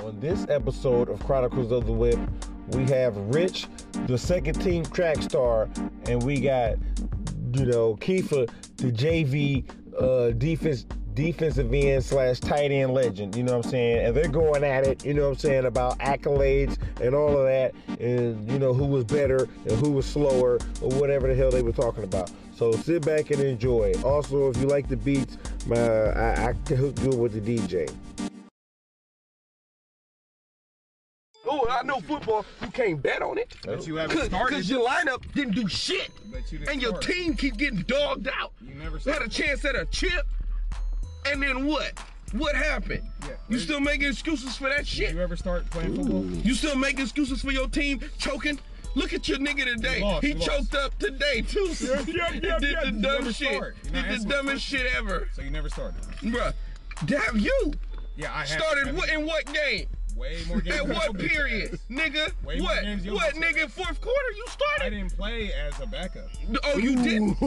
On this episode of Chronicles of the Whip, we have Rich, the second team track star, and we got you know Kiefer, the JV uh, defense defensive end slash tight end legend. You know what I'm saying? And they're going at it. You know what I'm saying about accolades and all of that, and you know who was better and who was slower or whatever the hell they were talking about. So sit back and enjoy. Also, if you like the beats, my I, I can hook you up with the DJ. Oh, I know football. You can't bet on it. But you haven't Cause, started. 'cause your lineup didn't do shit. But you didn't And your start. team keep getting dogged out. You had never a started. chance at a chip. And then what? What happened? Yeah. you still making excuses for that Did shit? you ever start playing football? You still making excuses for your team choking? Look at your nigga today. You lost, he you lost. choked up today too. Yep, yep, yep, did yep. the You dumb never shit. start. Did You're not the answering dumbest shit ever, So you never started. bruh. Damn you! Yeah, I have Started I've what been in what game? way more games. At than what your bitch period, ass. nigga? Way more what? games than your What, bitch nigga? Fourth quarter, you I started? didn't play as a backup. Oh, you didn't.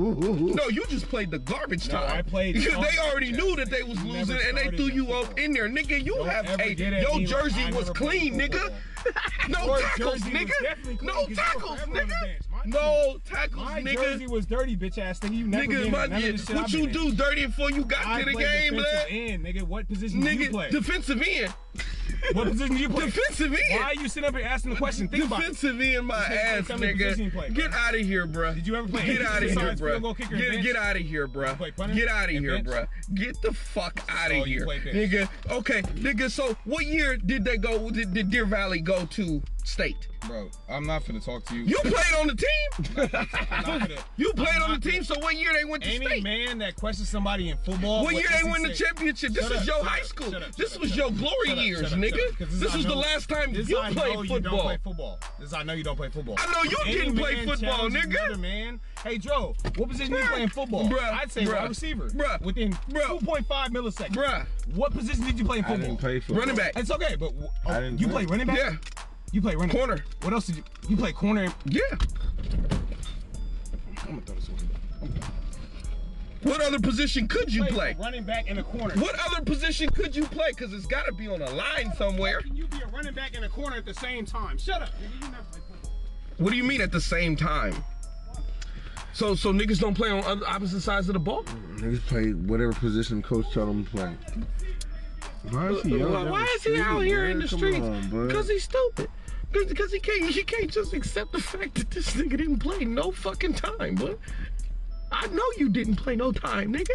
no, you just played the garbage No, time. I played because garbage, they already knew that they was You never losing, and they started threw in you up football. in there, nigga. You Don't have ever a get at your me like jersey I was never clean, played nigga. no Your tackles, jersey was definitely nigga. clean No 'cause you were tackles, forever on the bench. My nigga. team- No tackles, My nigga. jersey was dirty, bitch ass nigga. You never Nigga, been my, in none of this shit what I've you been in. do dirty before you got I to the played game, defensive lad? end, nigga. What position do you play? Nigga, defensive end. what position do you play? Defensive end. Why are you sitting up here asking the question? Think about it. Defensive end, my Just tell me- ass, tell me the position you nigga. play, get bro. out of here, bruh. Did you ever play Get anything out of here, besides bruh. field goal kicker and Get, bench? get out of here, bruh. play punter Get out of and here, bench? Oh, bruh. Get the fuck out you of here, play bench. nigga. Okay, nigga. So, what year did they go? Did, did Deer Valley go to state? Bro, I'm not finna talk to you. You played on the team. I'm not finna- you played on not the team. So, what year they went to Any state? man that questions somebody in football, What what year they SEC win the championship? This Shut is up, your shut high up, school. shut up, This shut was up, your shut up, glory shut up, years, shut up, shut up, nigga. 'cause This, I was the know- last time this you I played know football. You don't play football. This is I know you don't play football. I know you Any didn't play man football, challenges nigga. another man, hey Joe, what position you play in football? Bruh, I'd say bruh, wide receiver. bruh, within bruh, 2.5 milliseconds. bruh. what position did you play in football? football. Running back. It's okay, but w- oh, didn't you play. play running back. Yeah. you play running Corner. What else did you? You play corner. and- Yeah. I'm gonna throw this away. What other position could you Play play? running back in a corner. What other position could you play? Because it's got to be on a line somewhere. Can you be a running back in a corner at the same time? Shut up. nigga. You never play football. What do you mean at the same time? So, so niggas don't play on other, opposite sides of the ball. Niggas play whatever position coach tell them to play. Why is he, out, Why is he out here in the streets? Because Because he's stupid. Because he can't, he can't just accept the fact that this nigga didn't play no fucking time, but I know you didn't play no time, nigga.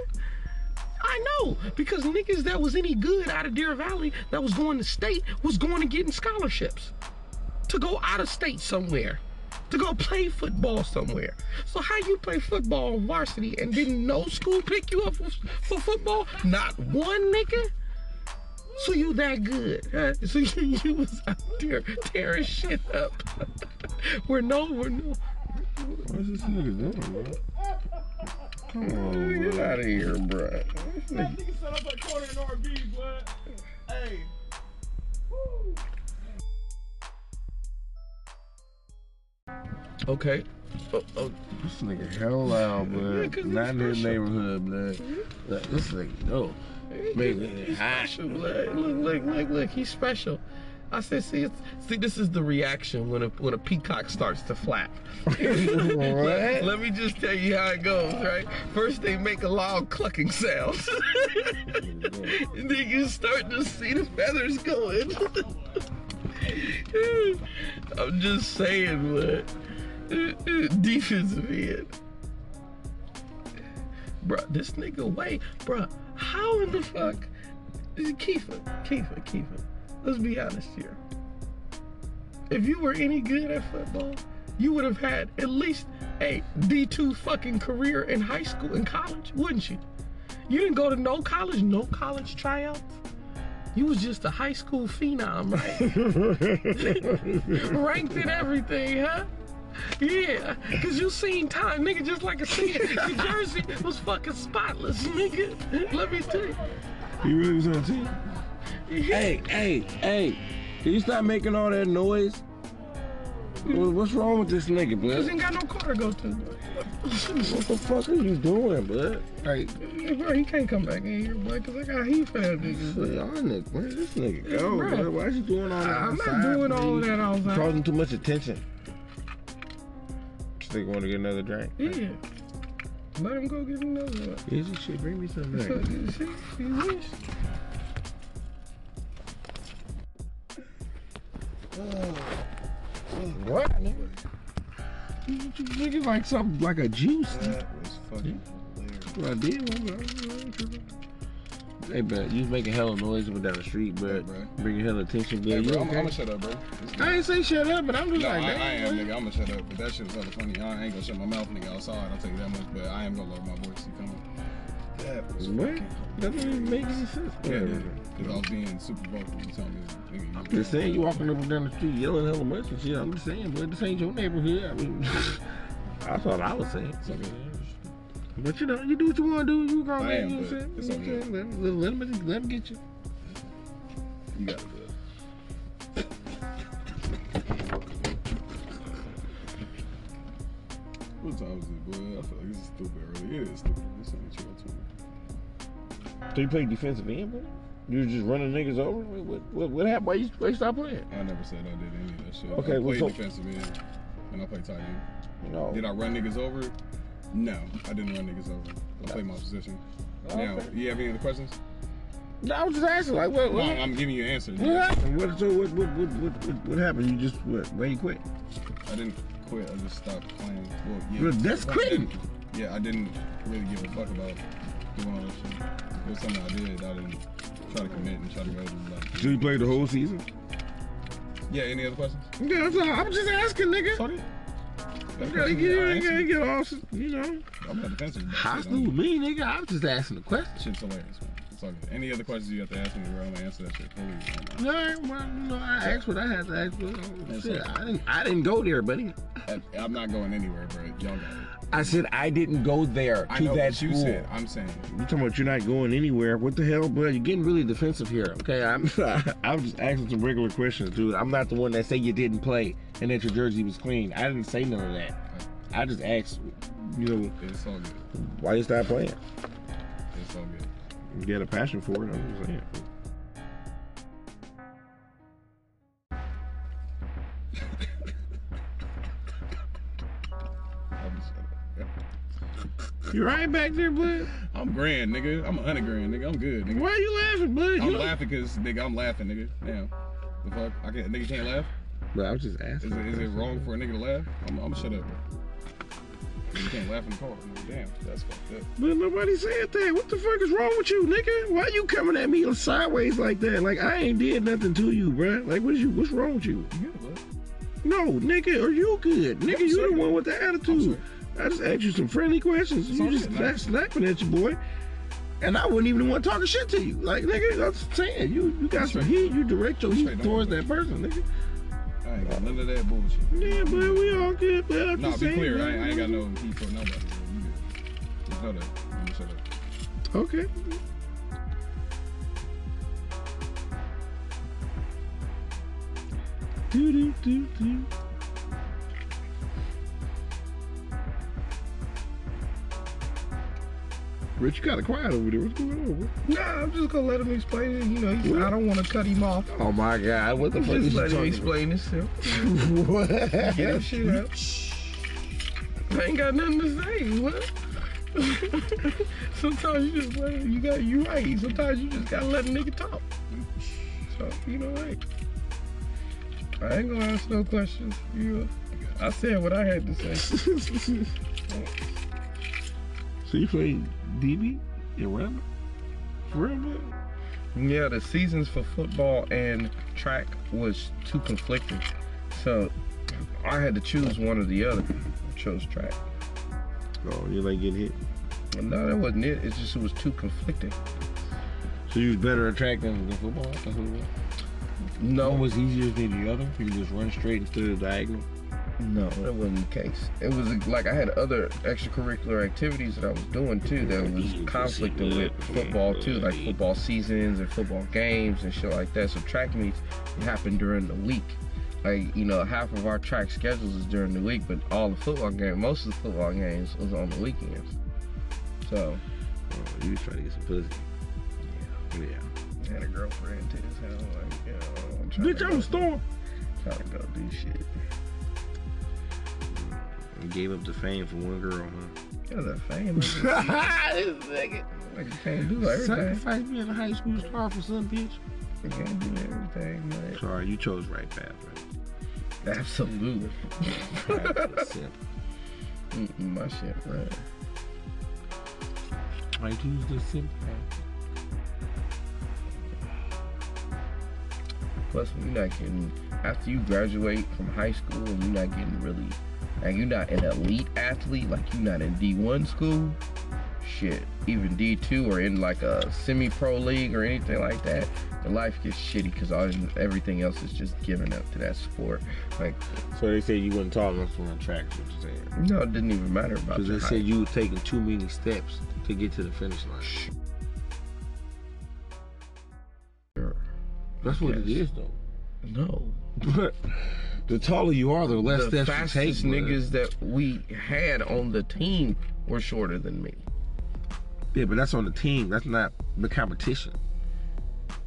I know because niggas that was any good out of Deer Valley that was going to state was going to getting scholarships to go out of state somewhere to go play football somewhere. So how you play football on varsity and didn't no school pick you up for, for football? Not one nigga. So you that good? Huh? So you, you was out there tearing shit up. we're no, we're no. what is this nigga doing, bro? Come on, Get bro. out of here, bruh. That nigga set up at corner in RB, blood. Hey. Okay. Oh, oh, This nigga hell loud, Yeah, 'cause blood. he's Not in his special. neighborhood, blood. Like, this nigga, no. He's special. Look, look, look, look, look, he's special. I said, see, it's, see, this is the reaction when a when a peacock starts to flap. let, let me just tell you how it goes, right? First, they make a loud clucking sound, and then you start to see the feathers going. I'm just saying, what defensive end. Bruh, this nigga way, bruh, how in the fuck is Kiefer, Kiefer, Kiefer? Let's be honest here. If you were any good at football, you would have had at least a D2 fucking career in high school and college, wouldn't you? You didn't go to no college, no college tryouts. You was just a high school phenom, right? Ranked in everything, huh? Yeah, cause you seen time, nigga. Just like I said, your jersey was fucking spotless, nigga. Let me tell you. He really was on the team? Hey, hey, hey. Can you stop making all that noise? Well, what's wrong with this nigga, Hmm. Cause he blood? ain't got no car to go to. What the fuck are you doing, blood? Like, Yeah, bro, he can't come back in here, boy, cause I got heat for that nigga. look, y'all nigga, where this nigga go, Bruh. blood? Why is you doing all that I'm not outside, doing blood? all You that outside. Causing too much attention. This nigga want to get another drink. Yeah. Let him go get another one. Is you shit? Bring me some So, drink. you see, you wish. what, nigga? You, you nigga like something like a juice. That was fucking hilarious. Well, I did. I was- I was- I was- Hey, bro, you was making hella noise up and down the street, bro. Hey, bro. Bringing hella attention, bro. Hey, you bro, I'm, okay? I'm gonna shut up, bro. It's- I ain't say shut up, but I'm just No, I, like, I damn, am, bro. nigga. I'm gonna shut up, but that shit was hella funny. I ain't gonna shut my mouth, nigga, outside. I'll tell you that much, but I am gonna lower my voice. You coming? That was What? fucking That doesn't even make any sense. Whatever. Because I was being super vocal. You telling me, nigga, you was Just saying, you being- walking up and down the street yelling hella much and shit. I'm just saying, bro, this ain't your neighborhood. I mean, I thought I was saying. It's okay. But you know, you do what you want to do. You grown I man, am, you know what but I'm it's saying? okay. You can't Let, let, let, him, let him get you. You got it, bro. What time is it, boy? I feel like it's stupid early. It is stupid. It's only 12:20. So you play defensive end, bro? You was just running niggas over? What, what, what, what happened? Why you, why you stop playing? I never said I did any of that shit. Okay, I well, played so- defensive end and I played tight end. No. Did I run niggas over? No, I didn't run niggas over. I played my position. Now, Oh, Okay. you have any other questions? No, I was just asking, like, what, No, what, I'm giving you an answer. what happened? What, so what, what, what, what, what, what happened? You just, what, why you quit? I didn't quit. I just stopped playing. Well, yeah, Bro, that's I quitting. didn't- Yeah, I didn't really give a fuck about doing all that shit. It was something I did. I didn't try to commit and try to go to like. So you played the whole season? Yeah. Any other questions? Yeah, I'm, sorry. I'm just asking, nigga. Sorry. You gotta get, you gotta get all, s- you know. I'm not defensive. about shit. Hostile I'm- with me, nigga. I was just asking a question. Shit's hilarious, man. It's all good. Any other questions you have to ask me, bro? I'm gonna answer that shit for you. man. All right, well, you know, I asked what I had to ask. But, oh, That's shit, right. I didn't, I didn't go there, buddy. I- I'm not going anywhere, bro. Y'all got it. I said I didn't go there I know what you said. I'm saying. You talking about you're not going anywhere? What the hell, bro? You're getting really defensive here. Okay, I'm I'm just asking some regular questions, dude. I'm not the one that say you didn't play and that your jersey was clean. I didn't say none of that. I just asked, you know, It's all good. why you stop playing? It's all good. You got a passion for it. I'm just saying. I'm, shut up. You're right back there, blood. I'm grand, nigga. I'm a hundred grand, nigga. I'm good, nigga. Why are you laughing, blood? I'm You don't- laughing because, nigga, I'm laughing, nigga. Damn. The fuck? I can't, nigga can't laugh? Bro, I was just Is asking. it, is it wrong for a nigga to laugh? I'm, I'm shut up, bro. You can't laugh in the car. nigga. Damn, that's fucked up. But nobody said that. What the fuck is wrong with you, nigga? Why you coming at me sideways like that? Like I ain't did nothing to you, bro. Like what is you? What's wrong with you? You good, bud? No, nigga, are you good? Nigga, I'm you sorry. the one with the attitude. I just asked you some friendly questions. It's you all just good, la- man. slapping at your boy. And I wouldn't even the one talking shit to you. Like, nigga, I'm just saying, you, you got That's some right. heat, you direct your right, heat don't towards worry. that person, nigga. I ain't got none of that bullshit. Yeah, but we all good, but I'm Nah, just be saying, clear. I, man. I ain't got no heat for nobody. Bro. You good. Just know that. I'm shut up. Okay. Do do do do. Rich, you gotta quiet over there. What's going on? bro? Nah, I'm just gonna let him explain it. You know, he, I don't want to cut him off. Oh my God! What the fuck Just is let you him explain talking himself. about? What? Get his shit out. I ain't got nothing to say. What? Sometimes you just let him, you got you right. Sometimes you just gotta let a nigga talk. So you know right. I ain't gonna ask no questions. You, I said what I had to say. So you play DB in Rambo? For real, man? Yeah, the seasons for football and track was too conflicted, so I had to choose one or the other. I chose track. Oh, you like getting hit. Well, no, that wasn't it. It's just it was too conflicted. So you was better at track than than football? That's what it was. No, One was easier than the other. You can just run straight instead of diagonal. No, that wasn't the case. It was like I had other extracurricular activities that I was doing too that was conflicting with football too, like football seasons and football games and shit like that. So track meets happened during the week. like you know, half of our track schedules is during the week, but all the football game, most of the football games was on the weekends. So you was trying to get some pussy. Yeah. I had a girlfriend too, so I'm like, you know, I'm trying Bitch, to I'm go, a star. trying to go do shit. You gave up the fame for one girl, huh? You're the famous nigga. Like you can't do everything. Sacrifice being a high school star for some bitch. You can't do everything, man. Sorry, you chose right path, right? Absolutely. That's simple. Mm-mm, My shit, right. I choose the simple Plus, when you're not getting after you graduate from high school and you're not getting really, and you're not an elite athlete like you're not in D1 school, shit, even D2 or in like a semi-pro league or anything like that, your life gets shitty because all everything else is just giving up to that sport. Like, So they said you wasn't tall enough to run track, is what you're saying. no, it didn't even matter about Because your they height. said you were taking too many steps to get to the finish line. Sure. That's what it Yes. is, though. no. But the taller you are, the less the steps you take. fastest bruh. niggas that we had on the team were shorter than me. Yeah, but that's on the team. That's not the competition.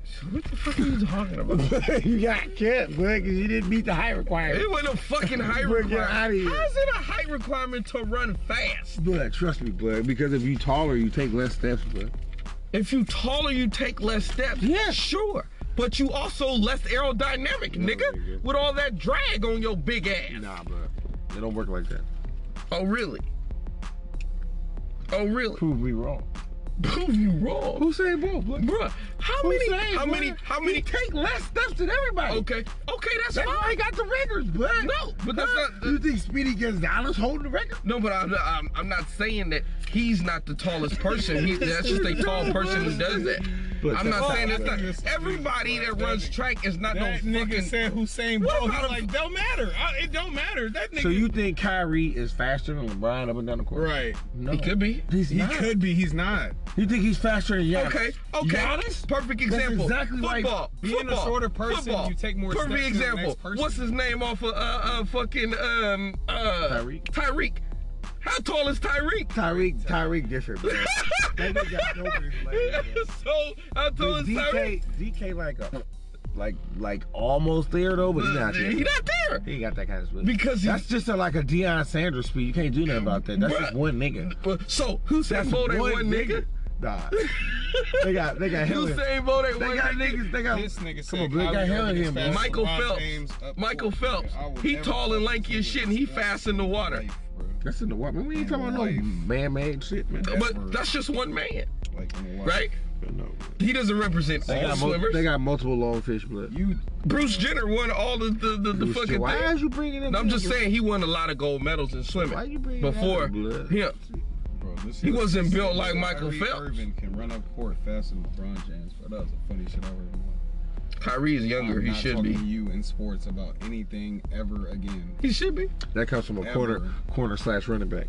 So what the fuck are you talking about? you got kept, bro, because you didn't meet the height requirement. It wasn't a fucking height Bro, get requirement. outta here. How is it a height requirement to run fast? But trust me, blood, because if you taller, you take less steps, blood. If you taller, you take less steps. Yeah. Sure. But you also less aerodynamic, No, nigga, nigga. with all that drag on your big ass. Nah, bro. It don't work like that. Oh, really? Oh, really? Prove me wrong. Prove you wrong. Who said bull, blood? Bruh, how Who many, said, how many, bruh? how many, He take less steps than everybody. okay, okay, that's, That's why he fine. got the records, blood. No, but that's Huh? not- You think Speedy Gonzalez holding the record? No, but I'm, I'm, I'm not saying that he's not the tallest person. He's, that's just a tall person who does that. But I'm not that's- saying that's not. that nigga's- Everybody that that runs nigga- track is not That no nigga fucking. said Hussein What Bolt. about He's him? like, don't matter. I, it don't matter. That nigga. So you think Kyrie is faster than LeBron up and down the court? right? No. He could be. He's He not. could be. He's not. You think he's faster than Giannis? Okay, okay. Giannis? Perfect example. exactly right. football. Being a football, shorter person, football. you take more Perfect steps than the example. next person. What's his name off of uh, uh fucking um uh Tyreek. Tyreek. How tall is Tyreek? Tyreek, Tyreek different, bro. That nigga got no charisma, bro. so how tall But is Tyreek? DK, DK like a, like like almost there though, but he's not there. He not there. He ain't got that kind of speed. Because he- that's just a, like a Deion Sanders speed. You can't do nothing about that. That's Bruh. just one nigga. But- So Hussein That's Bolt ain't one nigga. Nah. they got they got hell. in- Hussein Bolt ain't They one got nigga. niggas. They got This nigga Come on, said bro. They got Kyrie hell in Irving him, is bro. faster Michael than LeBron Phelps. James up Michael court. Phelps. I would He never tall and fucking lanky do as shit and he this. fast in the water. Life, bro. That's in the water. Man, we ain't talking about no Life. man-made shit, man. But that's just one man, Like, in the water. right? No, bro. He doesn't represent They all got, mul- swimmers. they got multiple long fish blood. You Bruce Jenner won all the the, the, the Why fucking Why thing. is you bringing him? No, I'm just saying he won a lot of gold medals in swimming. Why you bringing before that up, blood? him? Bro, this He is- wasn't built like Kyrie Michael Phelps. Irving can run up court faster than LeBron James. Bro, that was the funniest shit I ever heard. Kyrie is younger. I'm He not should talking be. to you in sports about anything ever again. He should be. That comes from a Ever. corner corner slash running back.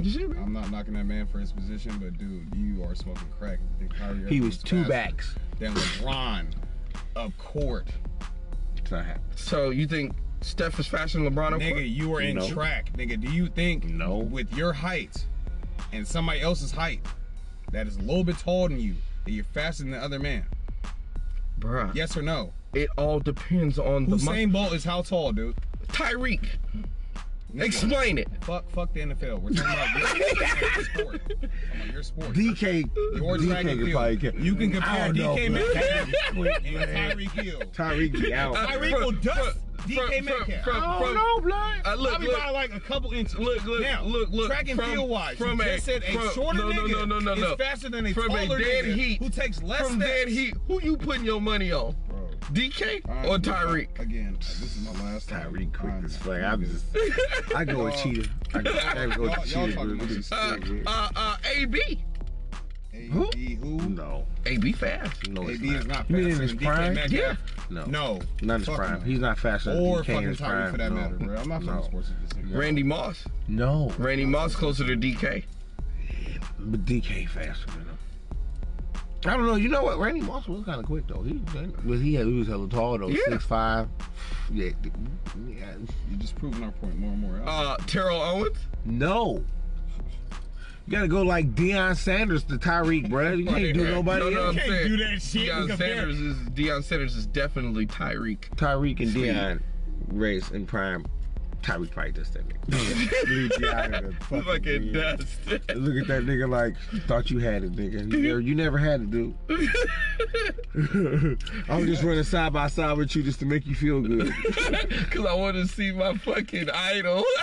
He should be. I'm not knocking that man for his position, but dude, you are smoking crack. You think Kyrie He Irving was is two faster backs. Than LeBron up court. It's not happening. So you think Steph is faster than LeBron? on court? Nigga, you are in No. track. Nigga, do you think No. with your height and somebody else's height that is a little bit taller than you, that you're faster than the other man? Bruh. Yes or no? It all depends on the muscle. Hussein Bolt is how tall, dude? Tyreek. Nigga, Explain it. Fuck, fuck the NFL. We're talking about your, your sport. Talking about your sport. DK, Your DK track and could field. probably get. You can I compare don't know, DK bro. Metcalf and Tyreek Hill. Tyreek be out. Uh, Tyreek from- will dust from- DK from- Metcalf. from- I from- don't know, blood. I look, Probably look, by like a couple inches. Look, look, now, look, look. Track and from- field wise, from you a- just said a from- shorter no, no, nigga no, no, no, is no. faster than a From a taller dead nigga heat. who takes less From steps. dead heat, who you putting your money on? Bro, DK I- or Tyreek? Again, this is my last time. Tyreek quick I'm- as fuck. I'm just. I go with Y'all- cheater. I go, I go y'all- y'all with cheater. talking bro. about This is Uh, sick, man. uh, uh, AB. Who? AB who? No, AB fast. no, it's AB is not not. You mean in faster his than prime? DK Metcalf. Yeah. No, No. not in his Fuck prime. no. He's not faster than Or DK in fucking his Tyreek prime. for that no. matter, bro. I'm not No. fucking sports with this nigga. Randy Moss. No, Randy Moss closer to DK. but DK faster than him. I don't know. You know what? Randy Moss was kind of quick though. He was he, he was hella tall though. Yeah. Six five. Yeah. th- yeah. You're just proving our point more and more. Uh, Terrell Owens. No. You gotta go like Deion Sanders to Tyreek, bro. You can't do Right. nobody no, no, else. I'm Can't saying, do that shit and Deion compare- Sanders is Deion Sanders is definitely Tyreek. Tyreek and Deion race in prime. Tyreek probably just that nigga. Leave Deion in the fucking Fucking league. dust. Look at that nigga like thought you had it, nigga. You never, you never had it, dude. I'm just running side by side with you just to make you feel good. Cause I want to see my fucking idol.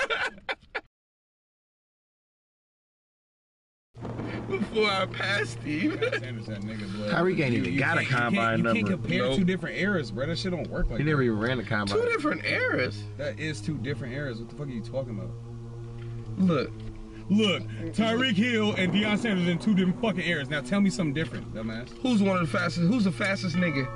Before I passed him. Sanders, that nigga, blood. Tyreek ain't even got a can't- you can't- combine You can't number. compare Nope. two Two different eras, bro. That shit don't work like He never even ran a combine. Two different eras. that. That is two different eras. What the fuck are you talking about? Look, Look, Tyreek Hill and Deion Sanders in two different fucking eras. Now tell me something different. Dumbass. who's one of the fastest? Who's the fastest nigga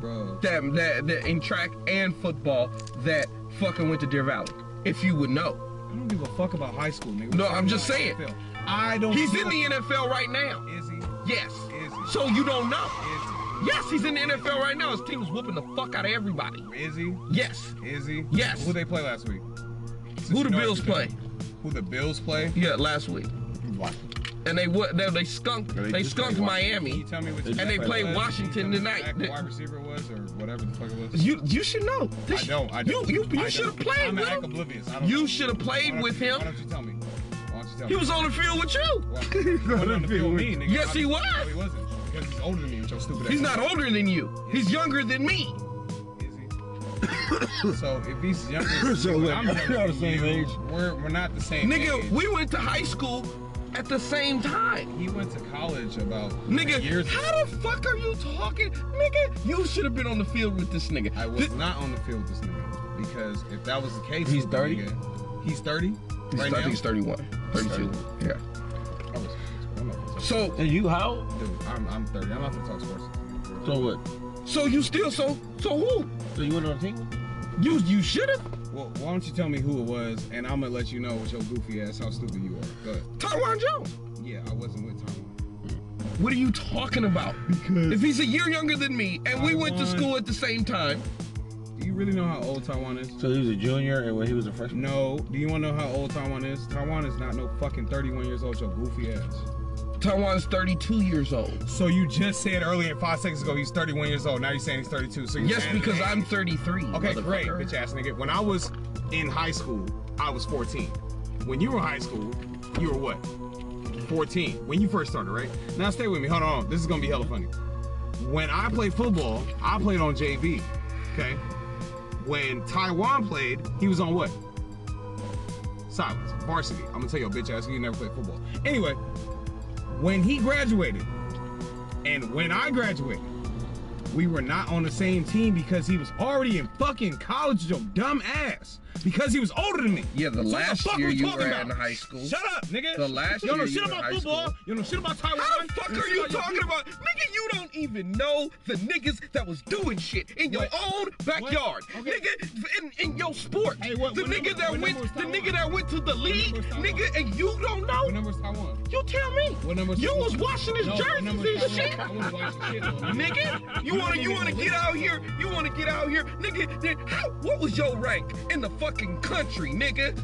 Bro. that that, that in track and football that fucking went to Deer Valley? If you would know, I don't give a fuck about high school, nigga. No, We're I'm just talking about saying. NFL. I don't. he's give in the NFL right now. a- Is he? Yes. Is he? So you don't know. Is Yes, he's in the NFL right now. His team is whooping the fuck out of everybody. he? Is he? Yes. Is he? Yes. Who they play last week? Who the you know Bills it's a play? Who the Bills play? Yeah, last week. And they what? They, they skunked. They They, just skunked played Miami. Can you tell me what And your they back play was? Washington Can you tell me tonight. what your back wide receiver was or whatever the fuck it was. You you should know. This- I don't. I don't. You you, I you should have don't. played I'm with act him. oblivious. I don't- You should have Why played don't with you- Why him. don't you tell me? Why don't you tell He me? was on the field with you. Why- he wasn't on the field with me, nigga. Yes, he was. No, he wasn't. Because he's older than me with your stupid He's ass. not older than you. He's younger than me. Is he? so if he's younger, than So you, look, I'm younger y'all the than same you, age. We're we're not the same. Nigga, age. we went to high school at the same time. he went to college about Nigga, years. ago. how the fuck are you talking? Nigga, you should have been on the field with this nigga. I was Th- not on the field with this nigga because if that was the case, He's with the 30? nigga- He's thirty. he's- Right I now. think he's 31. 32. Yeah. I was- I'm not gonna talk- So And you how? Dude, I'm, I'm 30. I'm not gonna talk sports. So what? so you still so so who? So you went on a team? You you should have. Well, why don't you tell me who it was, and I'm gonna let you know with your goofy ass how stupid you are. Go ahead. Tyron Jones. Yeah, I wasn't with Tom. What are you talking about? Because if he's a year younger than me and we went to Tyron- school at the same time, Do you really know how old Taiwan is? So he was a junior and when he was a freshman. No. Do you want to know how old Taiwan is? Taiwan is not no fucking 31 years old. Your goofy ass. Tyron's 32 years old. So you just said earlier five seconds ago he's 31 years old. Now you're saying he's 32. So you're Yes, saying- because I'm 33. Okay, motherfucker. great, bitch ass nigga. When I was in high school, I was 14. When you were in high school, you were what? 14. When you first started, right? Now stay with me. Hold on. This is gonna be hella funny. When I played football, I played on JV. Okay. When Taiwan played, he was on what? Silence. Varsity. I'm gonna tell your bitch ass you never played football. Anyway, when he graduated, and when I graduated, We were not on the same team because he was already in fucking college. Your dumb ass. because he was older than me. Yeah, the So what last fuck year we you talking were about? in high school. Shut up, nigga. The last you don't know year shit you were in about high football. school. You don't know shit about Taiwan. How the fuck don't are shit you about your talking people. about? Nigga, you don't even know the niggas that was doing shit in your What? own backyard. Okay. Nigga, in, in your sport. Hey, what- the what nigga number- that what went number was the Taiwan? nigga that went to the league, number was Taiwan? nigga, and you don't What know? number is Taiwan? You tell me. What number is You Taiwan? was washing his No, what jerseys number is and Taiwan? shit. I wasn't watching shit, though, Nigga, you wanna you wanna get out here? You wanna get out here, nigga? Then how? What was your rank in the fucking country, nigga?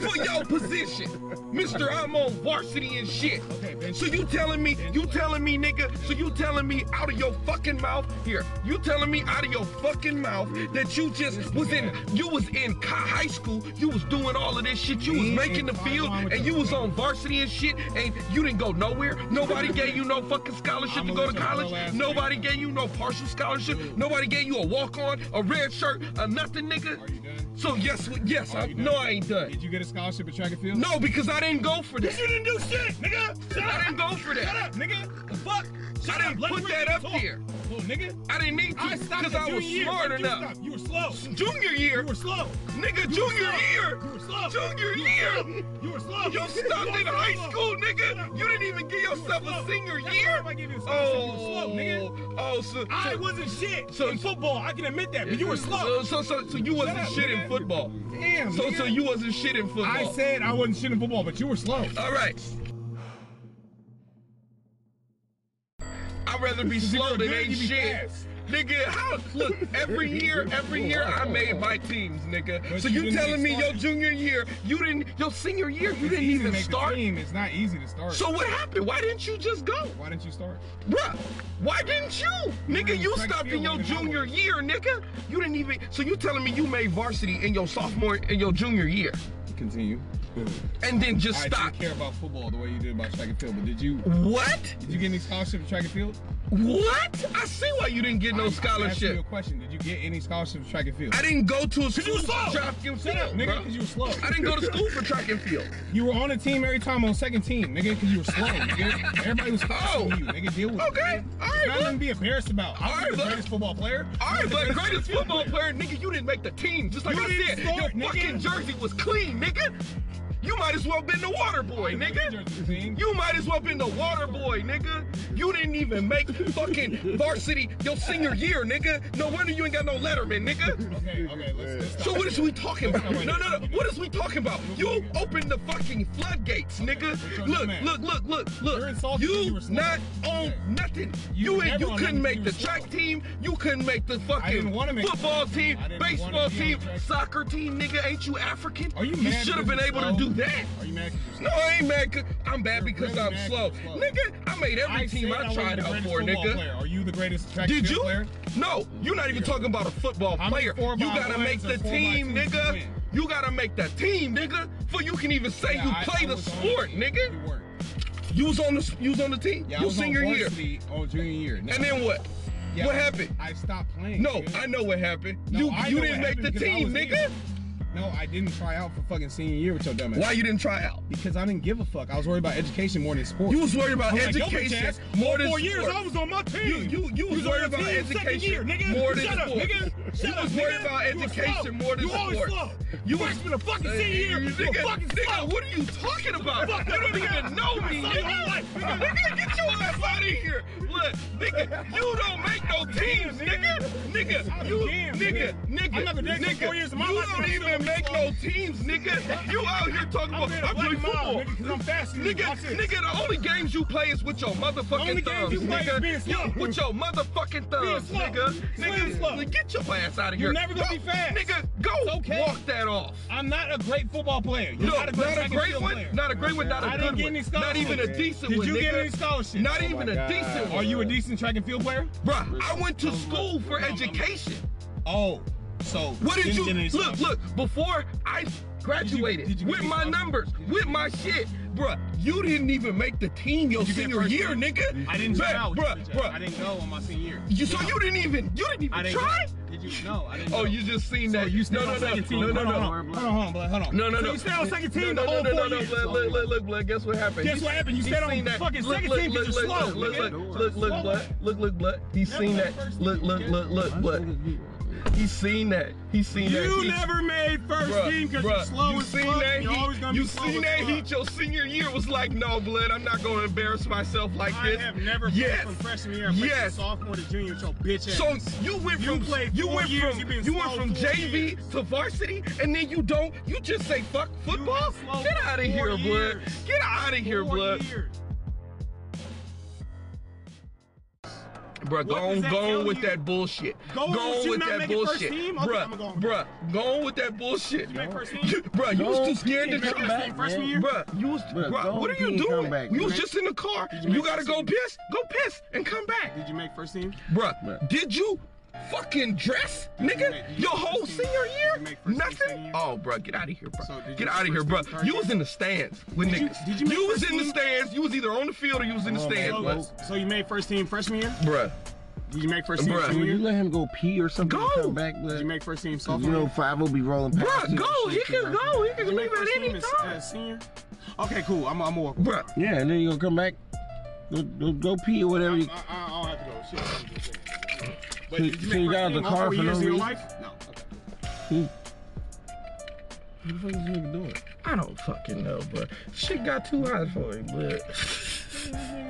For your position, Mister, I'm on varsity and shit. Okay, bench so you telling me, Bench you player. telling me, nigga? So you telling me out of your fucking mouth here? You telling me out of your fucking mouth that you just was in, you was in co- high school, you was doing all of this shit, you was Me making and the field, Taiwan with and the you was on varsity and shit, and you didn't go nowhere. Nobody gave you no fucking scholarship I'ma to go let to y'all college. know last Nobody gave you no partial scholarship. Nobody gave you a walk on, a red shirt, a nothing, nigga. Are you done? So yes, we- yes, Are I, you no, I ain't done. Did you get a scholarship at track and field? No, because I didn't go for that. You didn't do shit, nigga. Shut I up. didn't go for Shut that. up, nigga. The fuck? Shut I didn't up. Let put Rick that up talk. there. Little nigga. I didn't need I to stopped because at I junior was year, smart but you enough. stopped. You were slow. Junior year, You were slow. You nigga, were junior slow. year, You were slow. junior You were year. slow. You were slow. You stopped in were high slow. school, nigga. You didn't even give yourself slow. a senior That's why year. everybody give you a senior year. You were slow, Oh, oh, so, I so- wasn't shit so- in football. I can admit that, but you were slow. So, so, so, so you wasn't up, shit in nigga. football. Damn. So, nigga. so you wasn't shit in football. I said I wasn't shit in football, but you were slow. All right. I'd rather be slow than ain't shit. Nigga, how, look, every year, every year I made my teams, nigga. But so you you, didn't telling me get your started. junior year, you didn't, your senior year, you It's didn't easy to even make a start? team. It's not easy to start. So what happened? Why didn't you just go? why didn't you start? Bruh, why didn't you? Nigga, in you track stopped in field your when I junior was. year, nigga. You didn't even, so you telling me you made varsity in your sophomore, in your junior year, Continue. and then just I didn't stopped? care about football the way you did about track and field, but did you What? did you get any scholarship to track and field? What? I see why you didn't get I'm- no I'm Asking scholarship. you a question. Did you get any scholarship to track and field? I didn't go to a school for slow. track and Shut up, field, nigga, bro. because you were slow. I didn't go to school for track and field. You were on a team every time on second team, nigga, because you were slow, nigga. Everybody was copying Oh. you, nigga. Deal with Okay, it. all right, There's nothing bud. to be embarrassed about. All I'm right, the bud. greatest football player. All right, but greatest football player, nigga, you didn't make the team. Just like You I didn't said, start, your nigga. fucking jersey was clean, nigga. You might as well been the water boy, nigga. You might as well been the water boy, nigga. You didn't even make fucking varsity your senior year, nigga. No wonder you ain't got no letterman, nigga. Okay, okay, let's, let's stop. So what is we talking about? No, no, no. What is we talking about? You opened the fucking floodgates, nigga. Look, look, look, look, You're look. insulting me, you You were slow. not on nothing. You You never and you on couldn't nothing, make you the were track slow. team. You couldn't make the didn't fucking wanna make the football track team, team. I didn't wanna baseball be on team, the track team. soccer team, nigga. Ain't you African? Are you mad? should have because been you're able to slow? do that. Are you mad? 'cause you're No, slow? I ain't mad. i I'm bad You're because really I'm mad 'cause slow. you're slow. Nigga, I made every team said I wasn't tried the out greatest for, football nigga. Player. Are you the greatest track and Did field you? player? No, you're not even talking about a football How many player. four You by gotta ones make or the four by team, twos you nigga. win? You gotta make the team, nigga. For you can even say Yeah, you I- play I the was on sport, team. nigga. You weren't. You was on the you was on the team. Yeah, I your was on senior year. varsity On junior year. No, And then what? yeah, what I- happened? I stopped playing. No, nigga. I know what happened. No, you I you know didn't what make the happened because I team, was nigga. No, I didn't try out for fucking senior year with your dumb ass. Why you didn't try out? Because I didn't give a fuck. I was worried about education more than sports. You was worried about I'm like, yo, bitch education ass, more all than four years. sport. I was on my team. You- you- you was on worried your about team second education year, nigga. more than Shut up, sport. nigga. Shut You up, was worried nigga. about You were education slow. more than you always sports. slow. You You was- freshman to fucking senior year. You were Nigga, fucking nigga, slow. what are you talking about? Fuck you don't that even nigga. know me, I saw your whole nigga. life, Nigga, nigga. get your ass out of here. Look, nigga, you don't make no teams, nigga. Nigga, you, Damn, nigga, nigga. nigga, I'm not gonna dedicate nigga. four years of my you life to don't this even nigga. make no teams, nigga. You out here talking I'm about in I a play black mile, football. nigga, because I'm faster than you. Nigga, Watch this. nigga, the only games you play is with your motherfucking Only thumbs, games you play is nigga. being slow. You- with your motherfucking thumbs, slow. nigga. Slim Nigga, slow. like, get your ass out of You're here. never gonna Go- be fast. Nigga, go It's okay. walk that off. I'm not a great football player. You're No, not a great, track and field one, player. not a great one, not I a didn't good get one, any not scholarships. even a decent Did one. you get nigga. any scholarships? Not Oh even my a God. decent Are one. you a decent track and field player? Bruh, I went to school for education. Oh, so What did didn't get any you look? scholarships. Look before I graduated did you get with any my scholarships? numbers, with my shit, bruh. You didn't even make the team your Did you get senior first year, team? nigga. I didn't Bruh, try out. with bruh, you, Jay. bruh. I didn't go on my senior year. You so you didn't even you didn't I even didn't try. Did you? No, I didn't. Oh, go. you just seen So that? you stayed no, no, on no, second team. no, no, hold no, on, hold on, blood, hold on. no, no, So no. you stayed on second team no, the no, whole no, four no, no, years. Blood, look, look, look, blood. Guess what happened? Guess He- what happened? You he stayed on seen that- fucking look, second look, team 'cause look, you're look, slow, Look, nigga. look, look, look, Slow blood. ass. Look, look, blood. He seen was that. first team, Look, look, nigga. look, look, blood. He seen that. He seen that. You He- never made first Bruh, team because bruh, you're slow you as seen fuck. That you're heat, always gonna you be slow seen as that fuck. heat your senior year was like, no, blood, I'm not gonna embarrass myself like I this. have never played yes. from freshman year. I played Yes. from sophomore to junior with your bitch ass. So you went You from played you four went years, you from been you went slow from four JV years. to varsity, and then you don't you just say fuck football. been slow Get for out of four here, blood. years. Get out of here, Four blood. years. Bruh, go What does on, that go on tell with you? that bullshit. Go on with you not making first team? Okay, bruh, I'ma go on. bruh, go on with that bullshit. You made first team? bruh, you was too scared to You made try. first team freshman year? Bruh, you was, Bruh, bruh, go what on, are you Dean, come doing? back. you You was make- just in the car. Did you You, make gotta first go team? piss, go piss, and come back. Did you make first team? Bruh, Bruh. did you fucking dress, nigga? make- did you Your make whole first team? senior Did year? you make first team senior Nothing? year? Oh, bruh, get out of here, bruh. So, did you get make out of here, first bruh. team third You year? was in the stands with Did you- niggas. did you make was first in the team? stands. You was either on the field or you was in the on, man. stands, Go. bruh. So, so you made first team freshman year? Bruh. Did you make first team Bruh. Will junior you year? let him go pee or something? and Go. Come back, but Did you make first team sophomore? you know, year? five will be rolling past. Bruh, you go. and He shit, can right? go. He can Did you make leave at first team any as, time. as senior? Okay, cool. I'm I'm gonna walk. Bruh, Yeah, and then you gonna come back, go, go, go pee or whatever. I, You, I, I don't have to go. Shit. I'm just saying. But So- did you so make you first got out team the all car four for years no of your reason? life? No. Okay. he, what the fuck is this nigga doing? I don't fucking know, bruh. Shit got too hot for him, but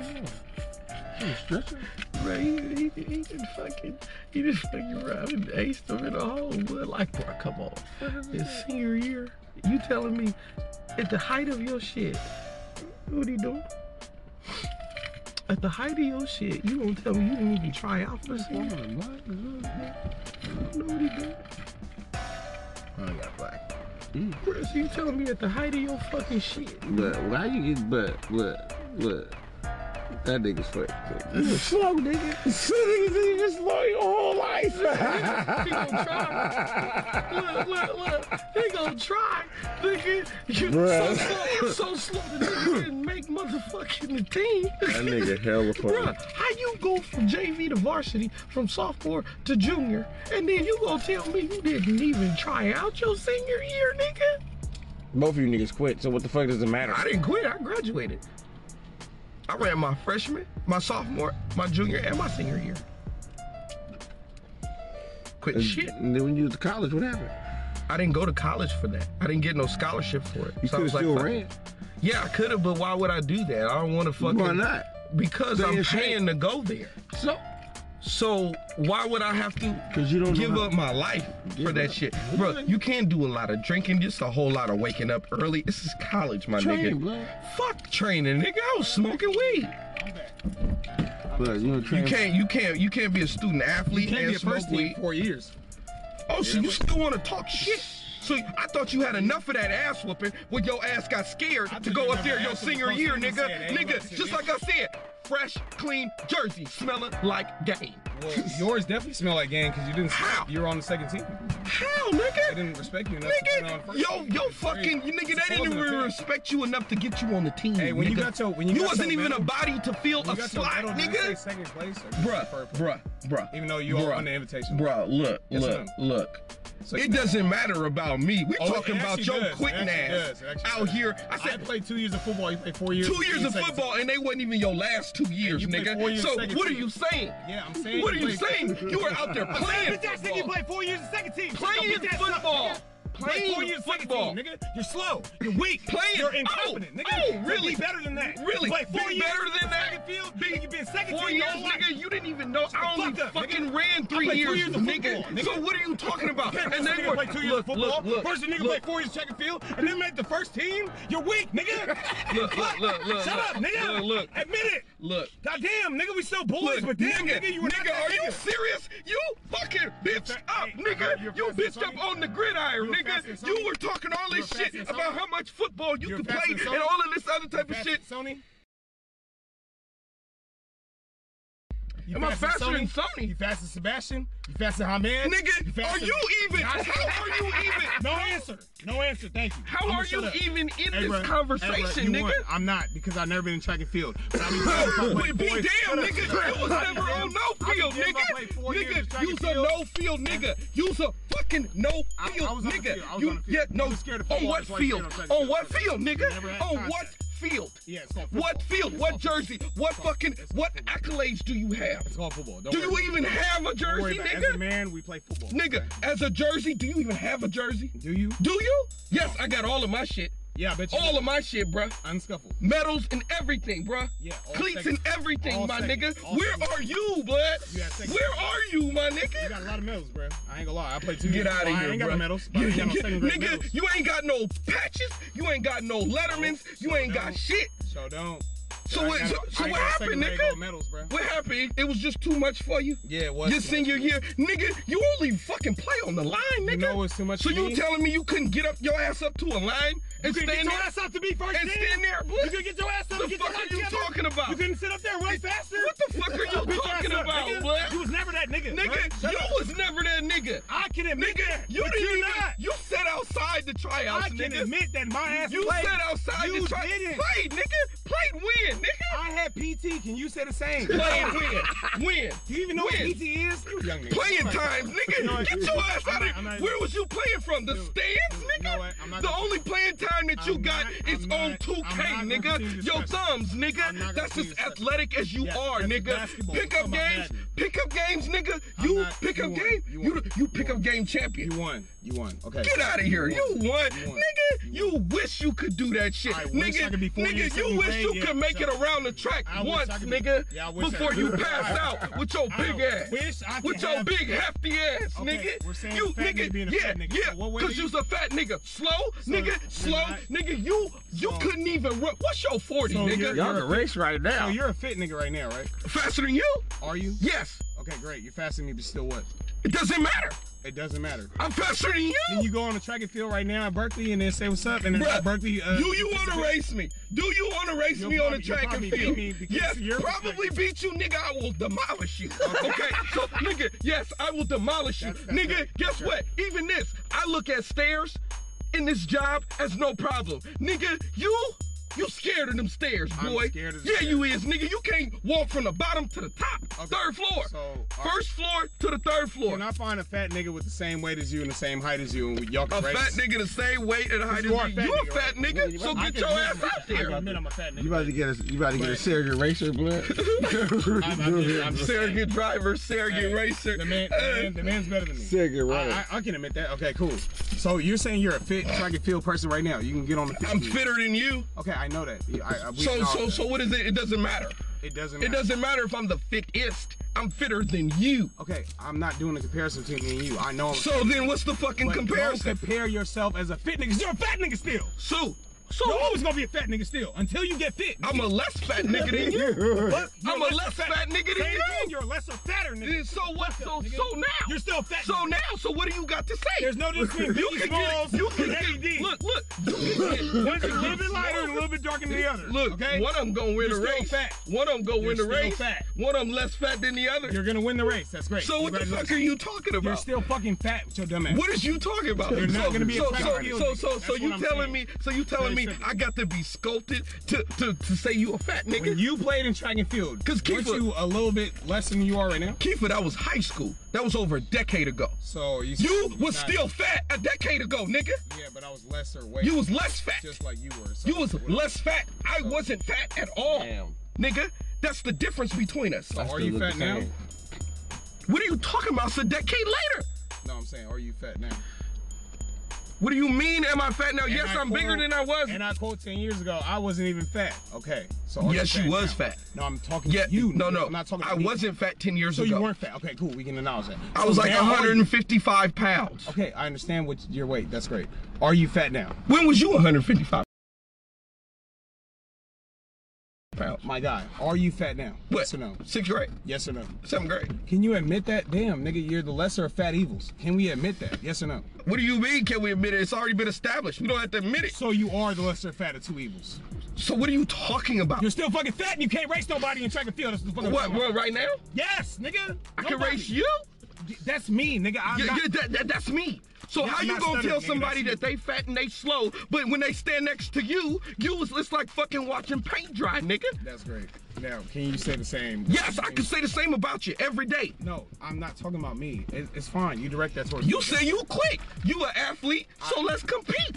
He stretching? bruh, he, he, he just fucking, he just fucking robbed and aced him in a hole, but like, bruh, come on. His senior year, you telling me at the height of your shit, what he doing? At the height of your shit, you gonna tell me you didn't even try out for this? Come on, what? Nobody did. I got black. Chris, you telling me at the height of your fucking shit? But why you get but look look that nigga's fucked. Slow nigga. Niggas you just slow your whole life. He gonna try. Look, look, look. He gonna try. Nigga, you so Bruh. slow, so slow the nigga didn't make motherfucking the team. that nigga hella Bruh, funny. how you go from JV to varsity, from sophomore to junior, and then you gonna tell me you didn't even try out your senior year, nigga? Both of you niggas quit, so what the fuck does it matter? I didn't quit. I graduated. I ran my freshman, my sophomore, my junior, and my senior year. Quit And shit. and then when you was to college, what happened? I didn't go to college for that. I didn't get no scholarship for it. You So I could have was like, still fuck ran. it. Yeah, I could have, but why would I do that? I don't want to fucking. Why not? Because Stay I'm in shape. paying to go there. So So why would I have to because you don't give know how- up my life for that shit, bro? You can't do a lot of drinking. Just a whole lot of waking up early. This is college, my nigga. Train, bro. Fuck training, nigga. I was smoking weed. But you don't train. You can't, you can't, you can't be a student athlete Can't and be a smoke first team weed. four years. Oh, so you still want to talk shit? So I thought you had enough of that ass whooping when your ass got scared I to thought go you up there never your answered the senior first year, thing I nigga. said. Ain't Nigga, about to just be. like I said, fresh, clean jersey, smelling like game. Well, yours definitely smell like gang because you didn't. How? You were on the second team. How, They nigga? didn't respect you enough. to put on Nigga, first yo, team. yo, It's fucking, you great. nigga, It's they didn't more even than a team. respect you enough to get you on the team. Hey, when you nigga. got your- when you got wasn't your even medal- a body to fill You a got your slot, medal, did it say nigga. second place. or just Bruh, purple? bruh, bruh. Even though you all bruh, won the invitation. Bruh, look, Yes or look, no? look. So it doesn't matter about me. We're Oh, it talking about actually your does. It quitting actually ass does. It actually out does. here. I I said played two years of football. You played four years. two years in of second football, team. and they wasn't even your last two years, you played nigga. four years so second what are team. you saying? Yeah, I'm saying. What are you you played- saying? You were out there playing Bitch ass nigga, you football. played four years in second team. Playing Bitch ass football. up, nigga. Played four Playing years in second football. team, nigga. You're slow. You're weak. Playing- You're incompetent, oh, nigga. oh, So be really? better than that. Really? You played four Be years better in than that? second field. Be- nigga, you've been second Four years, team your whole life. nigga. You didn't even know. I the only fuck up, fucking nigga. ran three played years, three years of nigga. football, nigga. So what are you talking about? Can't And first they nigga were play two years look, of football. look, look, first the nigga look, played four years in second field, and then made the first team. You're weak, nigga. Look, look, look, look, Shut look, up, nigga. look, look. Admit it. look. Goddamn, nigga, we still boys, but damn, nigga, you were not nigga, that are you nigga. serious? You fucking bitched fa- up, hey, nigga. you're You fast and bitched up sunny? on the gridiron, You're fast and nigga. You sunny? were talking all this You're shit fast and about sunny? how much football you You're could fast play and and sunny? all of this other type of Fast shit. and Sony. You Am I fast as faster than Sony? You faster than Sebastian? You faster than Haman? Nigga, are faster you than- even? Nah. How are you even? No answer. No answer. Thank you. How I'ma are shut you up. even in Hey, this bruh. Hey, conversation, bruh, you nigga? won. I'm not because I've never been in track and field. But I be damned if I But played be four years- damn, Shut up. nigga. You was I be never on damned- I no be field, damned if I played nigga. four years in Nigga, track use and a field. no field, nigga. Use a fucking no I- I field, was on the nigga. field. I was You on the field. yeah, I no. was scared of On football. what That's why I field? stayed on track On and what field. field, nigga? Never had On contact. what field? Yeah, it's called football. What field? What jersey? What fucking? What accolades do you have? It's called football. Don't Do worry you about even it. have a Don't worry jersey, about it. As a nigga? man, we play football. Nigga, as a jersey, do you even have a jersey? Do you? Do you? Yes, I got all of my shit. Yeah, I bet you. All of my shit, bruh. Unscuffled. Medals and everything, bruh. Yeah, all Cleats and second. everything, All my second. nigga. All Where second. are you, blood? You had second. Where are you, my You nigga? got a lot of medals, bro. I ain't gonna lie. I played two Get years. out of I here, ain't bruh. got no medals. But I got no second grade nigga, medals. you ain't got no patches. You ain't got no lettermans. You ain't got down. shit. So don't. So I what? ain't So, got no- so I what ain't got no happened, second grade nigga? gold medals, bro. What happened? It was just too much for you. Yeah, it was. Your too much. senior year, nigga, you only fucking play on the line, nigga. know it's too much So for you me. telling me you couldn't get up your ass up to a line and You stand couldn't get there? your ass up to be first and team. stand there, You what? couldn't get your ass up The and get your fuck life are you together? talking about? You couldn't sit up there and run faster? What the fuck are you Bitch ass talking up, about, nigga. blood? You was never that nigga. bruh. Nigga, Shut you up. was never that nigga. I can admit Nigga, that. you but didn't you're even. Not. You sat outside the tryouts, I can nigga. admit that my ass you played. sat outside You the tryouts. didn't. Played, nigga. Played win, nigga. I had PT. Can you say the same? Played win. Win. Do you even know what Win. PT is? You young nigga. Playing Alright. times, nigga. You know what? Get your ass I'm out not- I'm of not- here. Where was you playing from? The stands, you know nigga? what? I'm not The gonna- only playing time that you I'm got not- is I'm on not- I'm 2K, not gonna nigga. continue Your discussing. thumbs, I'm not nigga. gonna That's as continue discussing. athletic as you Yeah, are, that's nigga. basketball. We're Pick up talking about games, Madden. pick up games, nigga. I'm You not- pick you up won. game. You You won. you You pick won. up game champion. You won. You won. Okay. Get out of here. You won. Nigga, you wish you could do that shit. I wish I Nigga, could be four years nigga, you in wish grade, you yeah, could make it shut up. around the track I wish I once, could be- nigga, yeah, I wish I before could you be- pass I- out with your I big ass. wish I could With your have- big hefty ass. ass, Okay, nigga. we're saying you, fat nigga, nigga being a yeah, fat nigga. yeah, So what way because do you you- was a fat nigga. Slow, you're nigga, slow, not- nigga. You, you So- couldn't even. Run. What's your forty, So nigga? you're- Y'all can race right So now. you're a fit nigga right now, right? faster than you? Are you? Yes. Okay, great. You're faster than me, but still what? It doesn't matter. It doesn't matter. I'm faster than you. Can you go on the track and field right now at Berkeley and then say what's up and then Bruh, Berkeley? Uh, Do you want to race me? Do you want to race You'll me on the probably- you'll track and probably beat field? me because Yes, of your probably beat you, nigga. I will demolish you. Okay, so nigga, yes, I will demolish you, that's nigga. right. Guess what? Even this, I look at stairs in this job as no problem, nigga. You. You scared of them stairs, I'm boy. scared of the yeah, stairs. you is, nigga. You can't walk from the bottom to the top. Okay, Third floor. so, all right. First floor to the third floor. Can I find a fat nigga with the same weight as you and the same height as you and y'all A can race? fat nigga the same weight and height as You you. are a fat You a nigga, fat nigga, so I get can your admit- ass out I can there. admit I'm a fat nigga. You about to get a you about to get a surrogate racer, blood? I'm, I'm just, I'm just saying. Surrogate driver, surrogate Hey, racer. The, man, the, man, the man's better than me. Surrogate I, rider. I, I can admit that. Okay, cool. So you're saying you're a fit track and field person right now. You can get on the Uh, fit. I'm team. fitter than you. Okay, I know that. You- I, I, we So acknowledge so that. so what is it? It doesn't matter. It doesn't. It matter. doesn't matter if I'm the fittest. I'm fitter than you. Okay, I'm not doing a comparison between me and you. I know. I'm a So then what's the fucking But comparison? Don't compare yourself as a fit nigga. 'cause You're a fat nigga still. So so You're always gonna be a fat nigga still until you get fit. I'm a less fat nigga than you. What? You're I'm a less fat nigga Same thing, than you. You're a lesser fatter nigga. Then So what? So so now. You're still fat. So nigga. now, so what do you got to say? There's no difference You can between Smalls get, you can and Heavy D. get, look, look, you can get, One's a little bit lighter and a little bit darker than the other. Look, okay? one of them gonna win You're the still race. fat. One of them gonna win the You're still race. fat. One of them less fat than the other. You're gonna win the race. That's great. so what the fuck are you talking about? You're still fucking fat with your dumb ass. what is you talking about? You're not so, gonna be a so, track so, field so, nigga. so, That's so what you I'm telling saying. me? So you telling me Very simple. I got to be sculpted to to, to say you a fat nigga? When you played in track and field, 'Cause weren't Kiefer- you a little bit less than you are right now? Kiefer, that was high school. That was over a decade ago. So you. You was not- still fat a decade ago, nigga. Yeah, but I was lesser weight. You was less fat. just like you were. So You was what- less fat. I wasn't fat at all, Damn. nigga. That's the difference between us. Are you fat now? What are you talking about? It's a decade later. No, I'm saying, are you fat now? What do you mean? Am I fat now? yes, I I'm bigger quote- than I was. And I quote 10 years ago, I wasn't even fat. Okay. So are Yes, you, you was now? fat. No, I'm talking yeah, to you. No, nigga. no, I'm not talking. I to me. wasn't fat ten years So ago. you weren't fat. Okay, cool. We can acknowledge that. I So was like now are you- 155 pounds. Okay, I understand what your weight. That's great. Are you fat now? When was you 155 pounds? My guy, are you fat now? What? Yes or no? Sixth grade, Yes or no? seventh grade. Can you admit that? Damn, nigga, you're the lesser of fat evils. Can we admit that? Yes or no? What do you mean? Can we admit it? It's already been established. We don't have to admit it. So you are the lesser of fat of two evils. So what are you talking about? You're still fucking fat and you can't race nobody in track and field. That's the fucking What? Well, right now, Yes, nigga. I can Nobody. race you. That's me, nigga. I'm Yeah, not. yeah, that, that, that's me. So Yeah, how I'm you not gonna stuttering, tell nigga, somebody that's that they fat and they slow, but when they stand next to you, you was it's like fucking watching paint dry, nigga. That's great. Now, can you say the same? Yes, I can say the same about you every day. No, I'm not talking about me. It- it's fine. You direct that towards You me. say you quick. You an athlete, so let's compete.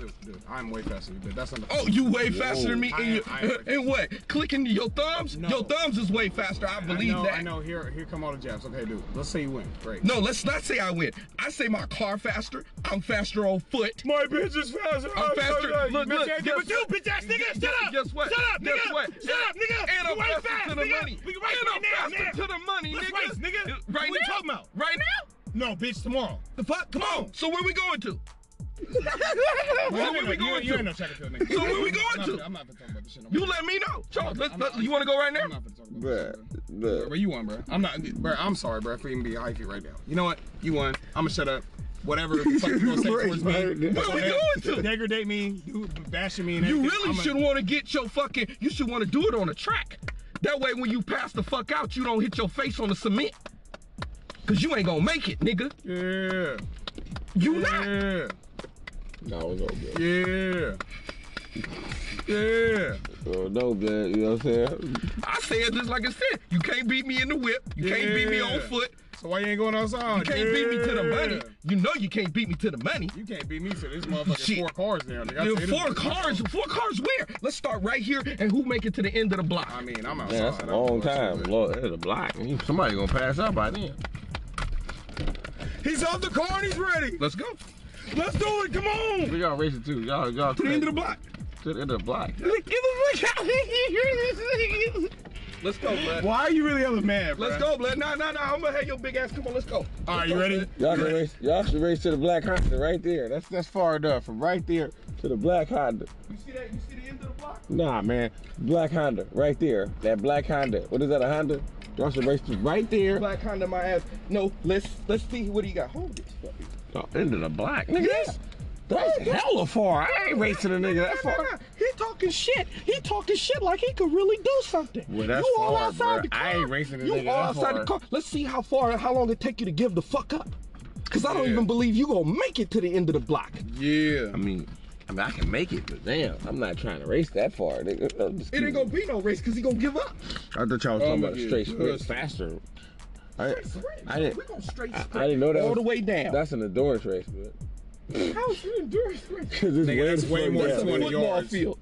Dude, dude, I'm way faster, than you, but that's not. The Oh, you way faster than me. I And, am- you, I am. and what? Clicking your thumbs? No. Your thumbs is way faster. I believe I know, that. I know. Here, here come all the jabs. Okay, dude. Let's say you win. Great. No, let's not say I win. I say my car faster. I'm faster on foot. My bitch is faster. I'm faster. Look, bitch look, ass nigga. guess But you, what? bitch ass nigga, shut up. Guess what? Shut up, Guess nigga. what? Shut up, nigga. And I'm you ain't faster fast, to the nigga. money. We can and race right I'm now, faster now. to the money, Let's nigga. race, nigga. Right now? What we talking about? Right now? No, bitch, tomorrow. The fuck? Come on. So where we going to? Well, so where we going you, ain't to? no track and field nigga. So where we going I'm not- to? I'm not gonna talk about this shit. No more. You let me know. Charles, let's, I'm let, not- you want to go right now? I'm not gonna talk about this. Bruh, shit, bro. Bro, bruh. you won, bro. I'm not, bro. I'm sorry, bro, for even being hyphy right now. You know what? You won. I'm gonna shut up. Whatever the fuck you gonna say towards me. Right, dude. Where we ahead. going to? Degradate me, dude, bashing me. And You everything. really I'm a- should want to get your fucking. You should want to do it on a track. That way, when you pass the fuck out, you don't hit your face on the cement. Cause you ain't gonna make it, nigga. Yeah. You not. Yeah. No, no, blood. Yeah. Yeah. Oh, no, blood. You know what I'm saying? I said just like I said. You can't beat me in the whip. You can't beat me on Yeah. foot. So why you ain't going outside? You can't beat me to the money. You know you can't beat me to the money. You can't beat me to this motherfucking Shit. four cars now. Nigga. Dude, I tell you this- four cars. Four cars where? Let's start right here and who make it to the end of the block. I mean, I'm outside. Man, that's a I don't long know what you time. do. Lord, that's a block. Somebody gonna pass out by then. He's off the car and he's ready. Let's go. Let's do it. Come on. We y'all racing too. Y'all, y'all To the end of the block. To the end of the block. Look, look, look how Let's go, bud. Why are you really hella mad, bro? Let's go, blood. Nah, nah, nah. I'm gonna have your big ass. Come on, let's go. All right, you ready? Y'all should race. Y'all should race to the black Honda right there. That's that's far enough from right there to the black Honda. You see that? You see the end of the block? Nah, man, black Honda right there. That black Honda. What is that? A Honda? Y'all should race to right there. Black Honda, my ass. No, let's let's see what he got. Hold this. fucker. Oh, into the black, nigga. That's, that's hella far. I ain't racing a nigga that Nah, nah, nah. far. He talking shit. He talking shit like he could really do something. Well, that's you all far, outside bruh. the car. I ain't racing a You nigga all that outside the car. far. Let's see how far, how long it take you to give the fuck up. Cause I don't even believe you gonna make it to the end of the block. I Yeah. mean, I mean, I can make it, but damn, I'm not trying to race that far, nigga. I'm just It ain't kidding. gonna be no race cause he gonna give up. I thought y'all was talking Oh, about yeah. straight Yeah. sprint faster. I, Straight sprint. I didn't- We gonna straight I- I sprint didn't know that all was- the way down. that's an endurance race, man. How's you endurance race? Cause it's Nigga, way, that's the way fuck more down. That's a 20 football yards. field.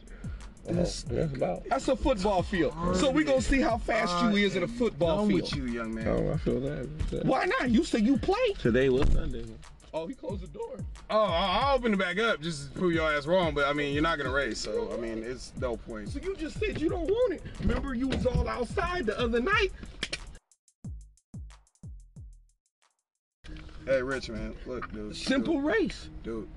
That's, that's about. That's a football field. So we gonna see how fast you is in a football Done with field. you, young man. Oh, I feel that. Why not? You say you play. Today was Sunday. Oh, he closed the door. Oh, I- I'll open it back up just to prove your ass wrong, but I mean, you're not gonna race, so I mean, it's no point. So you just said you don't want it. Remember you was all outside the other night. Hey, Rich, man, look, dude. Simple race. Dude.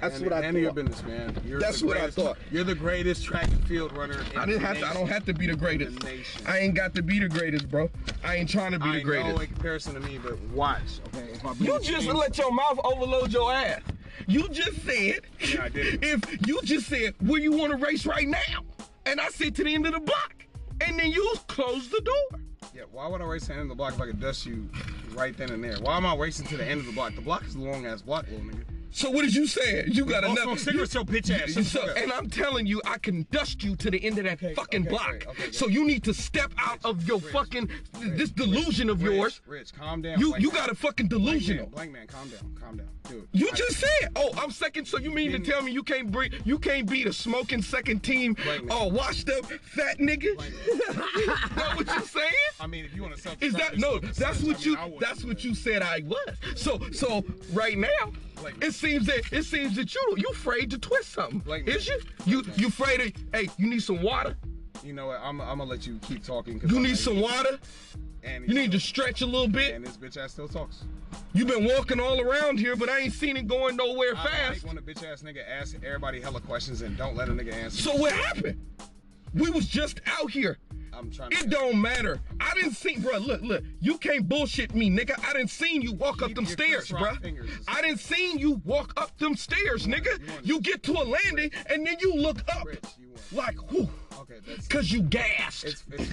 That's handle- what I handle your thought. business, man. You're That's the what I greatest- thought. You're the greatest track and field runner. in I didn't the have to. I nation. don't have to be the greatest. Nation. I ain't got to be the greatest, bro. I ain't trying to be I the greatest. know in comparison to me, but watch. Okay, if my You business just team- let your mouth overload your ass. You just said, Yeah, I did. if you just said, where you want to race right now? And I said to the end of the block. And then you closed the door. Yeah, why would I race to the end of the block if I could dust you right then and there? Why am I racing to the end of the block? The block is a long ass block, little nigga. So what did you say? You got Don't enough. smoke cigarettes, your bitch ass. You Shut the suck. fuck up. and I'm telling you, I can dust you to the end of that fucking okay, block. great, okay, great. so you need to step out of your fucking this delusion of Rich, yours. Rich, calm down. You Black you man. got a fucking Black man, delusional. Black man, calm down, calm down, dude. You I- just said, "Oh, I'm second, so you mean to tell me you can't bring, you can't be the smoking second team, Blame me. uh, washed up fat nigga?" that what you saying? I mean, if you want to self Is that no? That's what you. That's what you said I was. So so right now, Blame me. it seems that it seems that you you afraid to twist something. Blame me. Is you you you afraid of? Hey, you need some water. You know what? I'm, I'm gonna let you keep talking. 'cause You I'm need like- some water. And You need to stretch a little bit. And this bitch ass still talks. You've been walking all around here, but I ain't seen it going nowhere I fast. like when a bitch ass nigga asks everybody hella questions and don't let a nigga answer. So what happened? We was just out here. I'm trying. It don't matter. I didn't see, bruh, Look, look. You can't bullshit me, nigga. I didn't seen you walk up Keep them your stairs, Chris Rock bruh. fingers and I didn't seen you walk up them stairs, nigga. you want- You get to a landing and then you look up, Rich, you want- like, whew, Okay, that's. cause you gassed. It's, it's,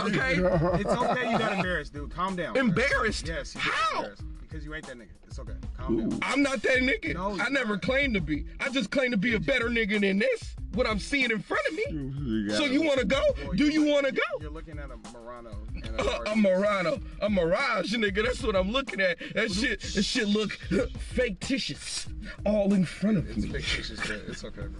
okay. it's okay. You got embarrassed, dude. Calm down. bro. Embarrassed? Yes. you got How? embarrassed. Because you ain't that nigga. It's okay. Calm down. I'm not that nigga. No, I you're never not. claimed to be. I just claim to be a better nigga than this. What I'm seeing in front of me. So you wanna go? Boy, Do you're you looking- wanna go? You're looking at a Murano. And Uh, a a Murano, a Mirage, nigga. That's what I'm looking at. That shit, that shit look fictitious, all in front of It's me. fictitious, but it's okay, bro.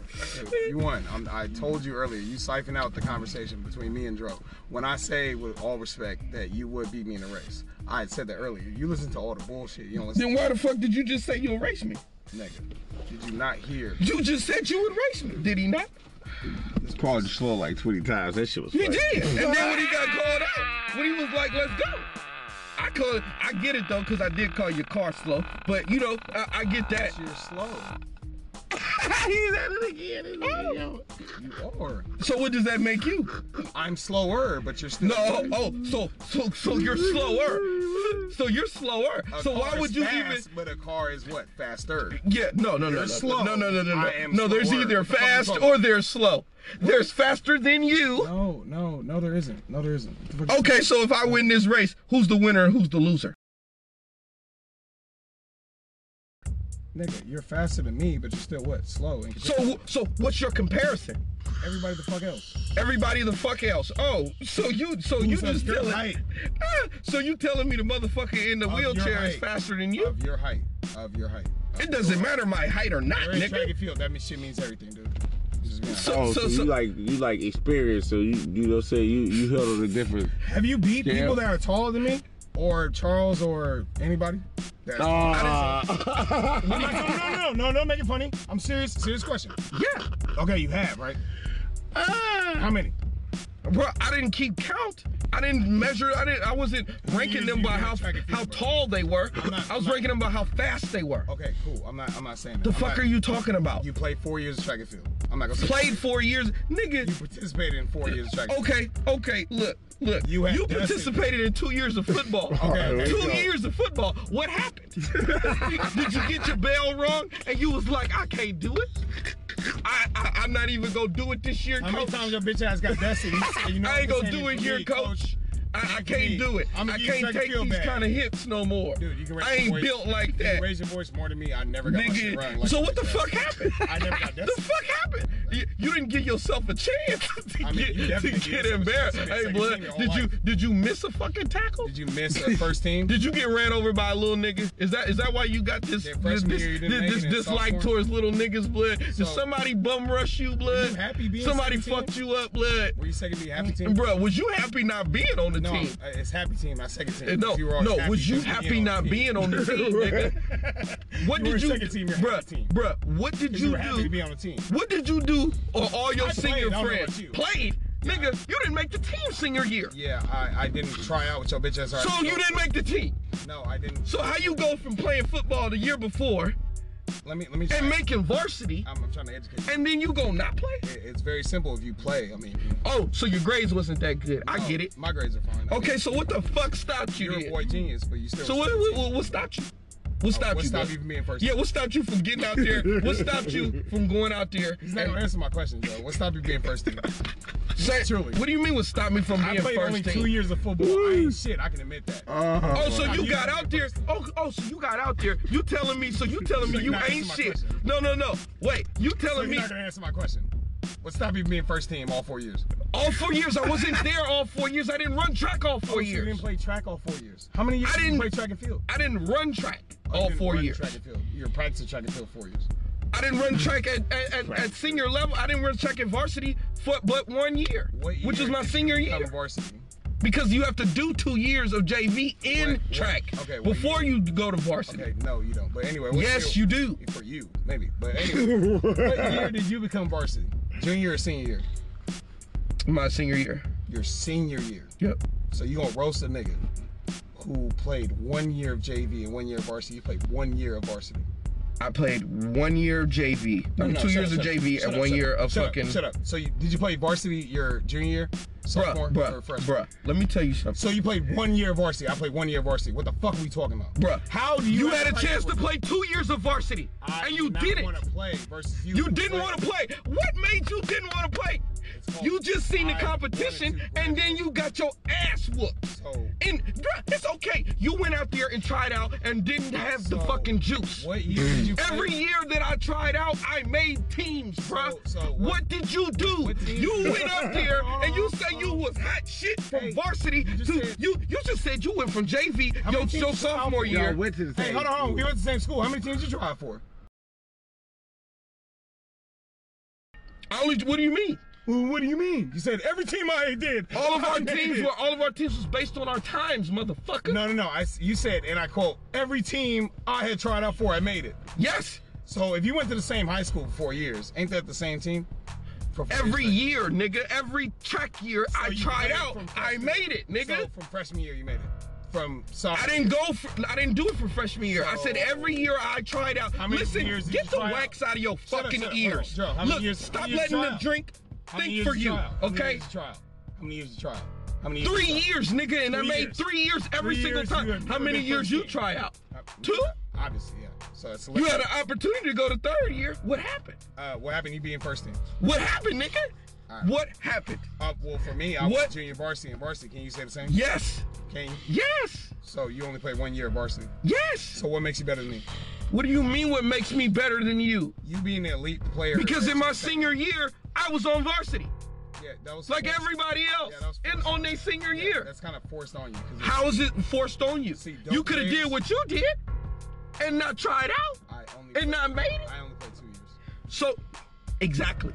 Dude, you won. I'm, I told you earlier. You siphon out the conversation between me and Dro. When I say, with all respect, that you would beat me in a race, I had said that earlier. You listen to all the bullshit. You don't listen. Then why the fuck did you just say you'll race me? Nigga, did you not hear? You just said you would race me. Did he not? It's called just slow like 20 times. That shit was. He funny. did. And then when he got called out, when he was like, "Let's go." I call I get it though, cause I did call your car slow, but you know I, I get that. You're slow. He's at it again. He's at it again. You are. So what does that make you? I'm slower, but you're still. No, oh, oh, so so so you're slower. So you're slower. A so why car would is you even? fast, But a car is what faster. Yeah, no, no, no, no, They're slow. no, no, no, no, I no. am No, there's slower. either Fucking fast slow. or they're slow. There's faster than you. No, no, no, there isn't. No, there isn't. Okay, so if I win this race, who's the winner and who's the loser? Nigga, you're faster than me, but you're still what? Slow. And So, so what's your comparison? everybody the fuck else. Everybody the fuck else. Oh, so you, so you Who's of just your telling, height? Ah, so you telling me the motherfucker in the Of your wheelchair is height. faster than you? Of your height. Of your height. Of It doesn't matter my height or not, You're in track nigga. and field. That means shit means everything, dude. Just be honest. So, Oh, so, so, you so, like you like experience, so you you know say you you held on a different. Have you beat Yeah. people that are taller than me, or Charles, or anybody? That's I'm not- no, no, no, no, no, make it funny. I'm serious. Serious question. yeah. Ah. Okay, you have right. How many? Bro, I didn't keep count. I didn't measure. I didn't. I wasn't ranking you- them you by did how track and field, how bro. tall they were. not- I was I'm not- ranking them by how fast they were. Okay, cool. I'm not. I'm not saying that. The I'm fuck not- are you talking about? You played four years of track and field. I'm not gonna say Played four years, nigga. You participated in four years of track. and field. Okay, okay. Look, look. You You, had nothing. participated in two years of football. Okay. two years of football. What happened? Did you get your bell rung and you was like, I can't do it. I, I I'm not even gonna do it this year, How many coach. times your bitch ass got dusted? You said, you know, oh. I ain't this gonna do for it here, me, coach. I, I can't do it. I'ma I give you can't track and take field these back. kind of hits no more. Dude, you can raise I your ain't voice- built like You that, raise your voice more than me. I never got my shit nigga. running. Like so you what the said. fuck happened? I never got The dusted. fuck happened? You, you didn't give yourself a chance to I mean, you get, to definitely give get yourself a embarrassed. chance. Hey, Second blood, team your whole did you life. did you miss a fucking tackle? Did you miss a first team? Did you get ran over by a little nigga? Is that is that why you got this Yeah, this, freshman this, year you didn't make this, it in dislike sophomore. towards little niggas, blood? Did somebody bum rush you, blood? you happy being somebody 17? fucked you up, blood? Were you second team? Happy team? Bro, was you happy not being on the No, team? uh, it's happy team. Not second team. 'cause No, you were always no, was you just happy not on the team. being on the team, nigga? What You were did you, second team, you're bruh, happy team. bruh, what did 'Cause you, You were happy to do? be on the team. What did you do or all your I played, senior I don't know friends about you. played? Nigga, you didn't make the team senior year. Yeah, I, I didn't try out with your bitch ass. already. So you didn't make the team. No, I didn't. So how you go from playing football the year before Let me let me. and try. making varsity I'm, I'm trying to educate you. and then you go not play? It- It's very simple if you play. I mean, Oh, so your grades wasn't that good. I no, get it. My grades are fine. Okay, so what the fuck stopped you You're a then? boy genius, but you still. So what, what, what, what stopped you? What stopped what you? stopped bro? you from being first? Yeah, what stopped you from getting out there? What stopped you from going out there? He's not gonna answer my question, though. What stopped you being first team? Say- truly. What do you mean? What stopped me from I being played first only team? two years of football. I ain't shit. I can admit that. Oh, so you you got being out there? Oh, oh, so you got out there? You telling me? So you telling me You're you not ain't answering shit? my question. No, no, no. Wait, you telling You're me? not gonna answer my question. What stopped you from being first team all four years? All four years I wasn't there. All four years I didn't run track. All four Oh, so You years didn't play track all four years. How many years I did didn't- you play track and field? I didn't run track. Oh, You All didn't four run years Track and field. You were practicing track and field four years. I didn't run track at, at, at, at senior level. I didn't run track at varsity for but one year, What which year is my did you senior become year. varsity. Because you have to do two years of JV in What- what- track okay, what before you go to varsity. Okay, no, you don't. But anyway, what Yes, year- you do. for you maybe, but anyway, what year did you become varsity? Junior or senior year? My senior year. Your senior year. Yep. So you gonna roast a nigga who played one year of JV and one year of varsity? You played one year of varsity. I played one year of JV, No, um, no, two shut years up, of shut up, JV, shut and up, one shut year up, of shut fucking. Up, shut up. So you, did you play varsity your junior year, sophomore, Bruh, or bruh, freshman? bruh, let me tell you something. So you played one year of varsity. I played one year of varsity. What the fuck are we talking about, Bruh, How do you? you have had a play chance to for- play two years of varsity, I and you do not didn't. wanna play versus you. You who didn't played. want to play. What made you didn't want to play? It's called You just seen the I competition, wanted to and play. then you got your ass whooped. So- And bruh, it's okay. You went out there and tried out, and didn't have the So, fucking juice. What year did you? play? Every year that I tried out, I made teams, bruh. so what, what- did you do? what team- You went up there Hold on, and you hold say on. you was hot shit from Hey, varsity you just to said- you. You just said you went from JV many your, teams your you tried out sophomore for? year. Y'all went to the Hey, same hold on, hold on. school. We went to the same school. How many teams did you try for? I only, what do you mean? Well, what do you mean? You said every team I did. All of I our made teams it. were all of our teams was based on our times, motherfucker. No, no, no. I, s- you said, and I quote, every team I had tried out for, I made it. Yes, So if you went to the same high school for four years, ain't that the same team? For four every year, years, nigga. Every track year So I you tried made it out, from I freshman- made it, nigga. So from freshman year, you made it. From sophomore. I didn't go. For, I didn't do it for freshman year. I said So- every year I tried out. many Listen, years did get you the try wax out, of your Shut up, fucking shut up. ears. Hold on, Joe, how many Look, years- how stop many years letting did you them try out? drink. How many Think years for did you, try out? How many okay? years did you try out? How many years did you try out? How many years? Three did you years, nigga, and I Three made years. three years every Three single years time. you had How never many been years first Uh, you team. try out? try out? Two. Obviously, yeah. So that's You had an opportunity to go to third year. What happened? uh, what happened? You being first team. What happened, nigga? right. What happened? Uh, well, for me, I was What? junior varsity and varsity. Can you say the same? Yes, Can you? yes, So you only played one year of varsity. yes. So what makes you better than me? What do you mean? What makes me better than you? You being an elite player. Because at in my your second- senior year, I was on varsity yeah, that was like forced- everybody else, Yeah, that was and forced. on their senior yeah, year. That's kind of forced on you. 'cause it's- How is it forced on you? See, dope you could have players- did what you did and not tried out I only. and played- not made it. I only played two years. So, exactly.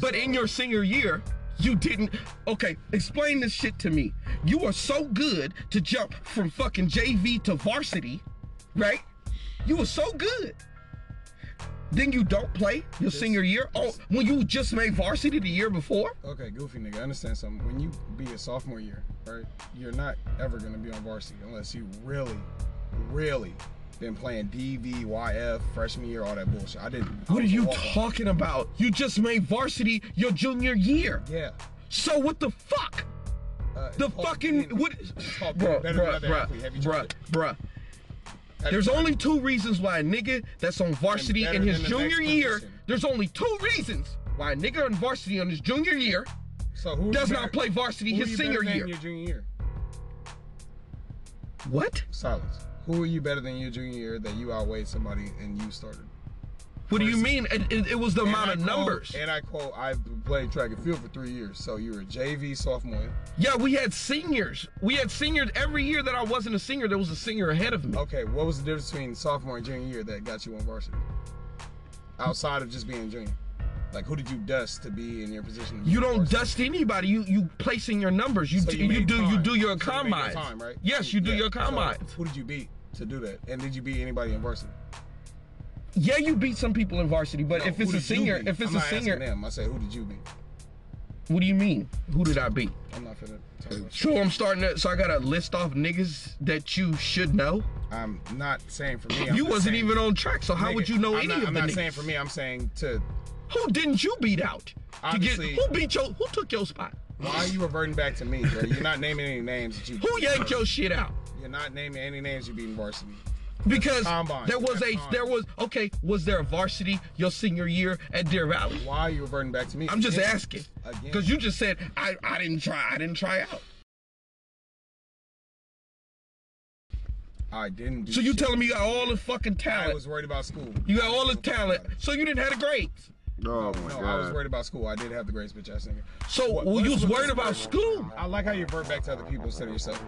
But in your senior year, you didn't. Okay, explain this shit to me. You are so good to jump from fucking JV to varsity, right? You were so good. Then you don't play your senior year. Oh, when you just made varsity the year before. Okay, goofy nigga, I understand something. When you be a sophomore year, right, you're not ever gonna be on varsity unless you really, really been playing DV, YF, freshman year, all that bullshit. I didn't. I What are was a you walk-on. talking about? You just made varsity your junior year. Yeah. So what the fuck? Uh, The it's called fucking being- what? it's called being Bruh, better than bruh, other athlete. Have bruh, you bruh, tried it? bruh. Have you There's tried it? only two reasons why a nigga that's on varsity better in his than the next junior year. position. There's only two reasons why a nigga on varsity on his junior year So who does you not better- play varsity who his you better senior than year. Your junior year. What? Silence. Who are you better than your junior year that you outweighed somebody and you started? What do you mean? It, it- it was the amount of And I quote- numbers. And I quote, I've played track and field for three years, so you were a JV sophomore. Yeah, we had seniors. We had seniors every year that I wasn't a senior. There was a senior ahead of me. Okay, what was the difference between sophomore and junior year that got you on varsity? Outside of just being junior, like who did you dust to be in your position? to be You on don't varsity? dust anybody. You you placing your numbers. You So do, you, made do you time. do your So you made combines. time, right? Yes, you do Yeah. your So combines. who did you beat to do that? And did you beat anybody in varsity? Yeah, you beat some people in varsity, but No, if who it's did a you senior, beat? if it's I'm a not asking senior, them. I say who did you beat? what do you mean? Who did I beat? I'm not finna talk about So I'm starting to. So I got to list off niggas that you should know. I'm not saying for me. I'm you just wasn't saying- even on track, so how would Nigga, you know I'm any not, of I'm the not niggas? saying for me. I'm saying to Who didn't you beat out? To get, Obviously- who beat your? Who took your spot? why are you reverting back to me, bro? You're not naming any names that you. Who yanked your shit out? You're not naming any names you beat in varsity. Because Combine. there was That's a combine. there was okay. Was there a varsity your senior year at Deer Valley? Why are you reverting back to me? I'm just Again- asking. Again. Because you just said I, I didn't try. I didn't try out. I didn't. Do So you shit. telling me you got all the fucking I talent? was worried about school. you got all I the didn't give a fuck talent. about it. So you didn't have the grades. Oh No, my god. I was worried about school. I did have the greatest bitch ass nigga. So What- well, what you is was with worried this about word? school. I like how you revert back to other people instead of yourself.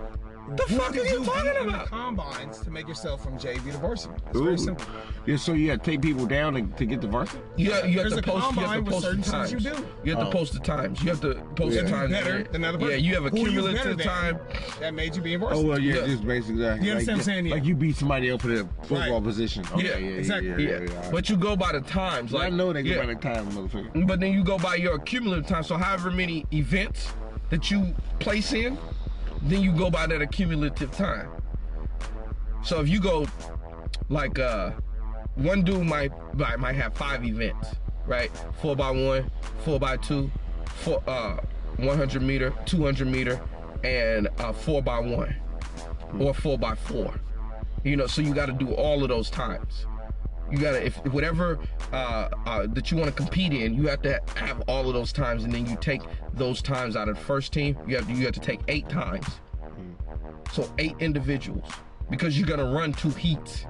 The fuck are you beat talking in the about? Combines to make yourself from JV to varsity. It's Ooh. very simple. Yeah, so you had to take people down to, to get the varsity? You have, you have There's to a post. You have combine to with post the certain times. things you You, do. have to post the times. You have to post the Yeah. Who's times. better yeah. than the other yeah, person? you have a Who you cumulative better than? time. That made you be in varsity. Oh well, yeah, Yeah. just basically. Like, You understand what I'm saying? Yeah. Like you beat somebody up in a football position. Okay, Yeah, yeah, yeah, exactly. Yeah, Yeah, yeah, yeah. but you go by the times. Like I know they go yeah. by the time, motherfucker. But then you go by your cumulative time. So however many events that you place in, then you go by that accumulative time. So if you go like uh one dude might might might have five events, right? Four by one, four by two, four uh 100 meter, 200 meter, and uh, four by one or four by four. You know, so you got to do all of those times. You gotta, if whatever uh, uh, that you want to compete in, you have to have all of those times, and then you take those times out of the first team. You have to, you have to take eight times, so eight individuals, because you're gonna run two heats.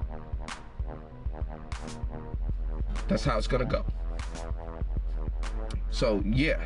That's how it's gonna go. So yeah,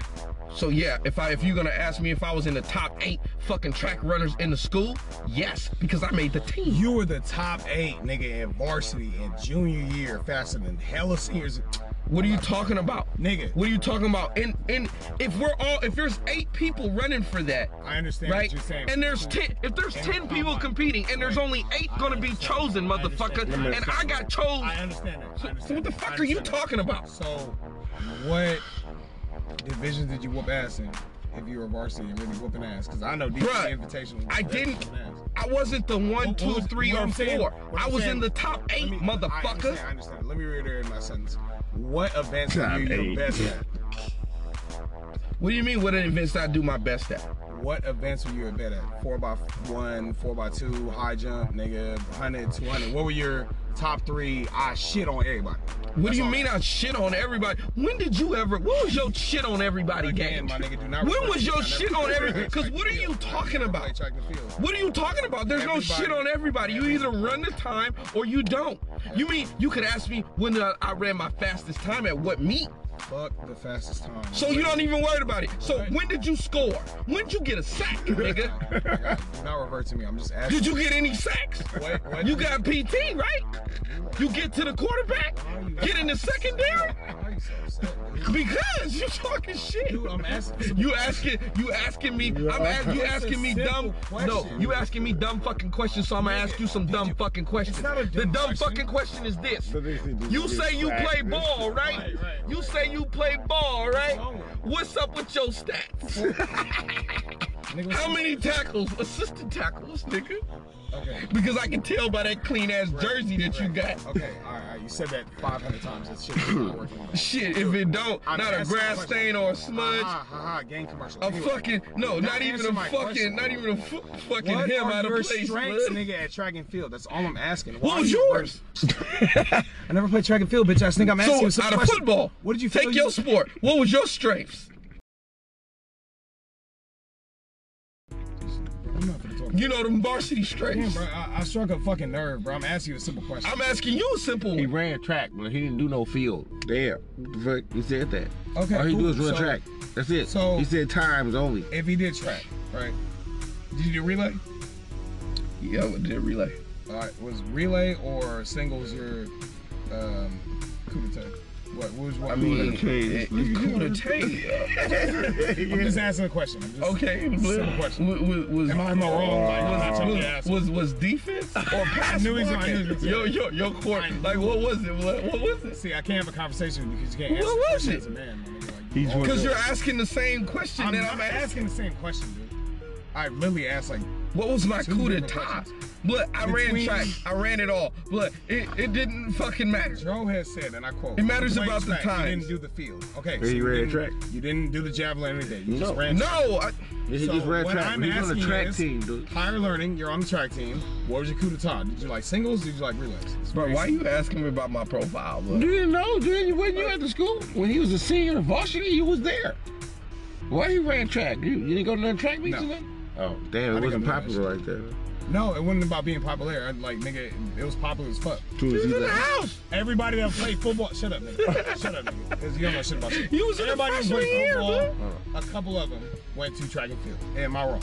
so yeah. If I, if you're gonna ask me if I was in the top eight fucking track runners in the school, yes, because I made Oh, the team. You were the top eight nigga in varsity in junior year, faster than hella seniors. What are you talking about, Nigga. What are you talking about? And and if we're all if there's eight people running for that, I understand right? what you're saying. And there's ten if there's ten people competing and there's only eight gonna be chosen, motherfucker. And I got chosen. I understand that. I So understand what the that. fuck I are you understand that. talking about? so, what divisions did you whoop ass in if you were varsity and really whooping ass? Because I know DC Bruh, Invitational. was I very didn't- whooping ass. I wasn't the one, What- two, what- three, what or I'm saying- four. what I I'm was saying- in the top Let eight, me- I motherfucker. understand, I understand. Let me reiterate my sentence. What events Top are you eight. your best at? What do you mean? What events I do my best at? What events were you a bet at? Four by one, four by two, high jump, nigga, 100, 200. What were your top three? I shit on everybody. What That's do you all. mean I shit on everybody? When did you ever? What was your shit on everybody game? Again, my nigga, do not. When refer was to me. your I never shit on played everybody? Because track what are and you field. I talking never about? played track and field. What are you talking about? There's no Everybody. shit on everybody. You either run the time or you don't. You mean you could ask me when I, I ran my fastest time at what meet? Fuck the fastest time. So you don't even worry about it. So when did you score? When did you get a sack, nigga? do not revert to me. I'm just asking. Did you get any sacks? What, what You got PT, right? You You get to the quarterback, get in the secondary, Why are you so upset? dude? because you talking shit. Dude, I'm asking. some- You asking, you asking me, I'm asking, you It's a asking me simple dumb, no, question. you asking me dumb fucking questions, so I'm gonna ask you some dumb fucking questions. not a The dumb dumb question. fucking question is this. You say you play ball, right? You say you play ball, right? What's up with your stats? How many tackles, assisted tackles, nigga? Okay. Because I can tell by that clean ass jersey that you got. Okay. All right. all right, You said that 500 times. That shit is not working. Shit, if it don't, I'm not a asking grass a question. stain or a smudge. Ha ha ha. Game commercial. A Anyway, fucking no, Now not even answer a my fucking, question. not even a fu- fucking What him are out of your place. strengths, blood. nigga, at track and field? That's all I'm asking. Why What was are you- yours? I never played track and field, bitch. I think I'm asking you so out some of question. football, What did you feel take you- your sport? What was your strengths? I'm not gonna talk. You know them varsity strengths. Bro, I, I struck a fucking nerve, bro. I'm asking you a simple question. I'm asking you a simple He one. ran track, but he didn't do no field. Damn. What the fuck? He said that. Okay, All he do cool. is run So- track. That's it. so- he said times only. If he did track, right? Did you do relay? Yeah, but did relay. All right, was relay or singles your um, coup d'etat? What, what was what? I mean, okay, Coup d'etat. I'm just asking a question. I'm just, Okay. Simple question. Was, was, was, Am I, am I wrong? Like, I'm not was, trying to was, ask. was, was defense or pass? knew he's- I blocking? knew he was- Yo, yo, yo, court. Like, what was it? What, what was it? See, I can't have a conversation with you because you can't What answer was a question it? as a man. my nigga. Like, He's you- Because you're asking the same question I'm, that I'm I'm asking. asking the same question, dude. I literally asked like What was my Two coup different d'etat? questions. But I ran Between- track. I ran it all. But it, it didn't fucking matter. Joe has said, and I quote: It matters "Played about the track, You times." didn't do the field. Okay, He you ran didn't- track. You didn't do the javelin or anything. You just No. ran. track. No, I, He So just ran what track. I'm He's on a asking track is- team, dude. Higher learning. You're on the track team. What was your coup d'etat? Did you like singles? Did you like relays? It's bro, very why you asking me about my profile? Bro? You didn't know, dude. You When you at the school, when he was a senior in varsity, you was there. Why he ran track? You, you didn't go to no track meets No. or nothing? Oh, damn, I it think I wasn't knew that popular like that. No, it wasn't about being popular. I, like, nigga, it was popular as fuck. True as he The left. house. Everybody that played football, shut up, nigga. shut up, nigga. 'Cause you don't know shit about shit. You was in the Everybody that freshman played year, football, a couple of them went to track and field. Am I wrong?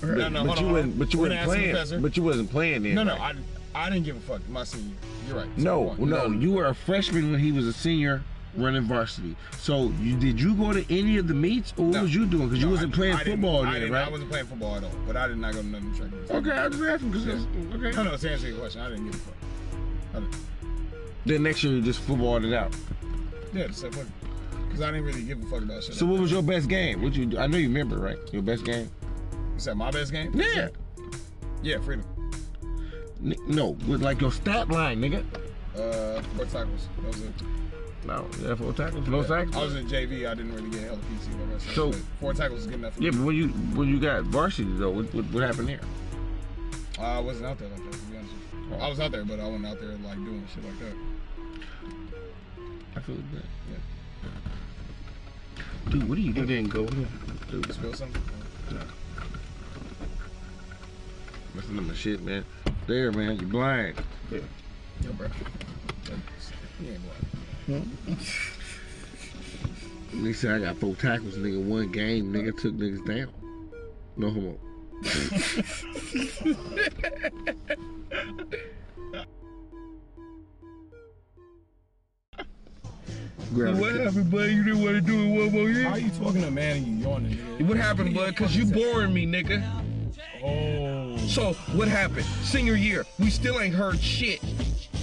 But, No, no, but hold you on, wasn't, but you hold on. We're gonna wasn't ask the playing. professor. But you wasn't playing then. No, no, right? I, I didn't give a fuck. My senior, year. you're right. No, Second one. no, you were a freshman when he was a senior running varsity. So you, did you go to any of the meets, or what No. was you doing? Because you No, wasn't I- playing I didn't- football I then, didn't- I right? wasn't playing football at all, but I did not go to none of the track. meets. Okay, I was just asking because No, okay. no, to answer your question, I didn't give a fuck. I didn't. Then next year you just footballed it out. Yeah, just said fuck. Because I didn't really give a fuck about shit. So what was your best game? What you? I know you remember, right? Your best game. Is that my best game? Yeah. Yeah, freedom. N- no, with like your stat line, nigga. Uh, four tackles. That was it. No, yeah, four tackles, no I was tackles. in JV. I didn't really get held PC. Like I said, So- but four tackles is good enough. For Yeah, me. but when you when you got varsity though, what, what, what happened there? I wasn't out there like that. To be honest with you. I was out there, but I wasn't out there like doing shit like that. I feel bad. Dude, what are you doing? didn't go. Dude, Spill something. Listen to my shit, man. There, man, you're blind. Yeah, bro. You ain't black. They said I got four tackles, nigga. One game, nigga, took niggas down. No homo. Grab What happened, bud? You didn't want to do it one more How year. are you talking to a man and you yawning? nigga? What happened, bud? Cause you boring me, nigga. Oh. So what happened? Senior year, we still ain't heard shit.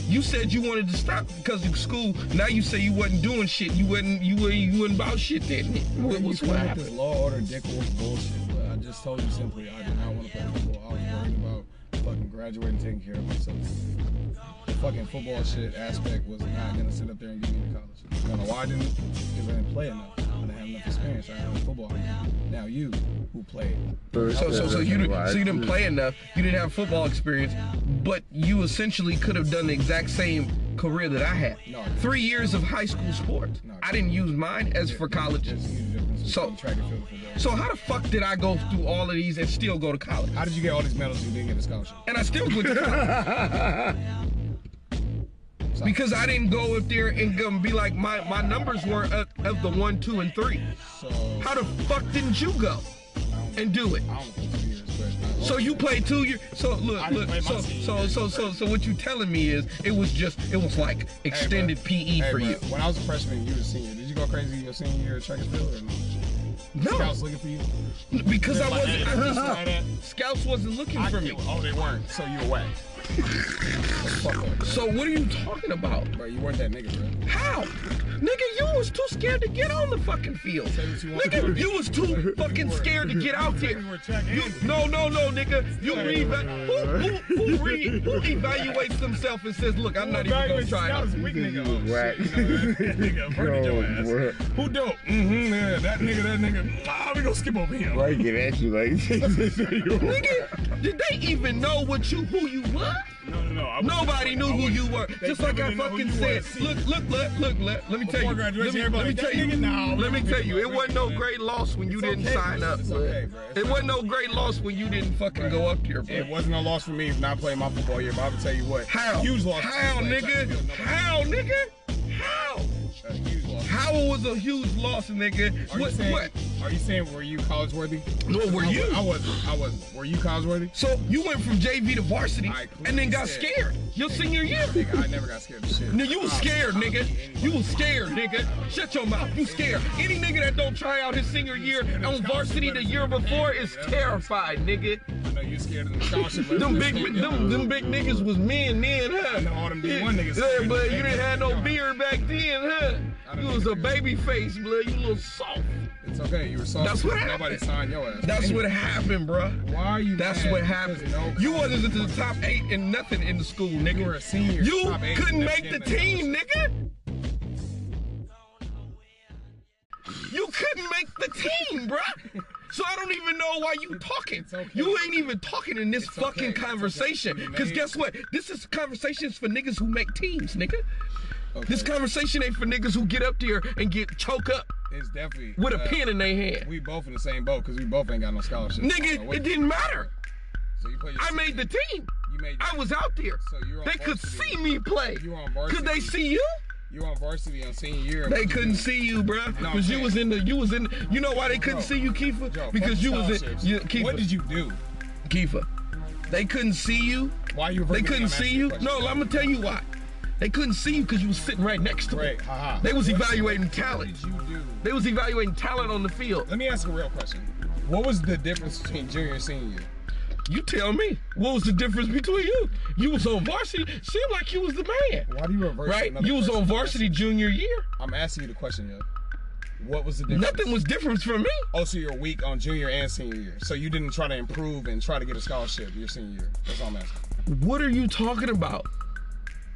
You said you wanted to stop because of school. Now you say you wasn't doing shit. You wasn't. You wasn't. You wasn't about shit. Then what, what's you what come with this happened? law order dick horse bullshit. But I just told you simply, I did not want to play football. I was worried about fucking graduating, taking care of myself. The fucking football shit aspect was not gonna sit up there and get me to college. I don't know why I didn't, because I didn't play enough. I didn't have enough experience. I didn't have football. Now you, who played, So so so you didn't. So you didn't play enough. You didn't have football experience, but you essentially could have done the exact same career that I had. No. Three years of high school sports. No. I didn't use mine as for colleges. just you the difference So- between track and field and football. So how the fuck did I go through all of these and still go to college? How did you get all these medals? You didn't get a scholarship. And I still went to college. because I didn't go up there and go and be like my, my numbers weren't up of the one, two, and three. So I How the fuck didn't you go don't, and do it? I don't know if it's years, but uh, I, So you played two years. So look, look. So, so so so so what you telling me is it was just it was like extended PE Hey, for bro, you. When I was a freshman, you were a senior. Did you go crazy your senior year at track and field or no? No, Scouts looking for you? because I wasn't. uh-huh, Like that. scouts wasn't looking I for get me. what- Oh, they weren't. So you away. Fuck up. So what are you talking about? Bro, you weren't that nigga, bro. How? Nigga, you was too scared to get on the fucking field. what you want. Nigga, you was too fucking scared to get out there. You, no, no, no, nigga. You reeva- who, who, who, re- who evaluates himself and says, look, I'm not even gonna try it. That out. was weak nigga. Oh, shit, Right. you know that? Nigga, murdered your ass. Who dope? Mm-hmm, yeah, that nigga, that nigga. Ah, we gonna skip over him. Right, get at you like. Nigga, did they even know what you who you was? No, no, no. I wasn't- Nobody knew I who wasn't- you were. They Just like I probably didn't fucking know who you were said. as senior. Look, look, look, look, let, let me tell you. Before Let me, graduation, let me everybody, tell "That you. nigga, nah, we let me don't tell give you. a It fuck, wasn't no man." great loss when you didn't okay, sign bro. up. It's bro. okay, bro. It's It wasn't no great loss when you didn't fucking go up there, bro. It wasn't a loss for me not playing my football year, but I would tell you what. How? Huge loss. How, nigga? How, nigga? How? A uh, huge loss. How it was a huge loss, nigga. Are What? you saying, What? Are you saying were you college worthy? No, were I you? Was, I wasn't. I wasn't. Were you college worthy? So you went from JV to varsity I and then got clearly scared your senior year. Nigga, I never got scared of shit. No, you was I- scared, I- nigga. You was scared, nigga. Shut your mouth. You scared. Any nigga that don't try out his senior year on varsity the year before is terrified, nigga. I know you scared of them scholarship. Them letters. big, them, them big niggas was men then, huh? know all them D1 niggas Yeah, scared. but you didn't have no beard back then, huh? You was a baby face, blood. You little soft. It's okay. You were soft. That's what Nobody happened. signed your ass. That's what happened, bruh. Why are you? That's mad? what Because happened. No You wasn't into the top eight and nothing in the school, nigga. You were a senior. You Top eight, couldn't never make the getting that team, nigga. You couldn't make the team, bruh. So I don't even know why you talking. okay. You ain't even talking in this okay. fucking It's okay. conversation. You Cause made- guess what? This is conversations for niggas who make teams, nigga. This Okay. conversation ain't for niggas who get up there and get choke up It's definitely with a uh, pen in their hand. We both in the same boat because we both ain't got no scholarship. So, Nigga, wait, it didn't matter. so you play your I senior- made the team. You made. I was out there. So you were on they could varsity. see me play. You were on varsity. Could they see you? You were on varsity on senior year. They couldn't see you, bruh. No, Cause you man. was in the, you was in. You know why they couldn't Bro. see you, Kiefer? Yo, fuck because the you was in. scholarships. You, Kiefer, What did you do? Kiefer? They couldn't see you. Why you? They hurting me? couldn't I'm see asking you. a question. No, I'm gonna tell you why. They couldn't see you because you was sitting right next to Great. them. Haha. They was What- evaluating What talent. did you do? They was evaluating talent on the field. Let me ask a real question. What was the difference between junior and senior year? You tell me, what was the difference between you? You was on varsity. Seemed like you was the man, Why do you reverse? right? another You was question? on varsity junior year. I'm asking you the question, yo. What was the difference? Nothing was different for me. Oh, so you're weak on junior and senior year. So you didn't try to improve and try to get a scholarship your senior year. That's all I'm asking. What are you talking about?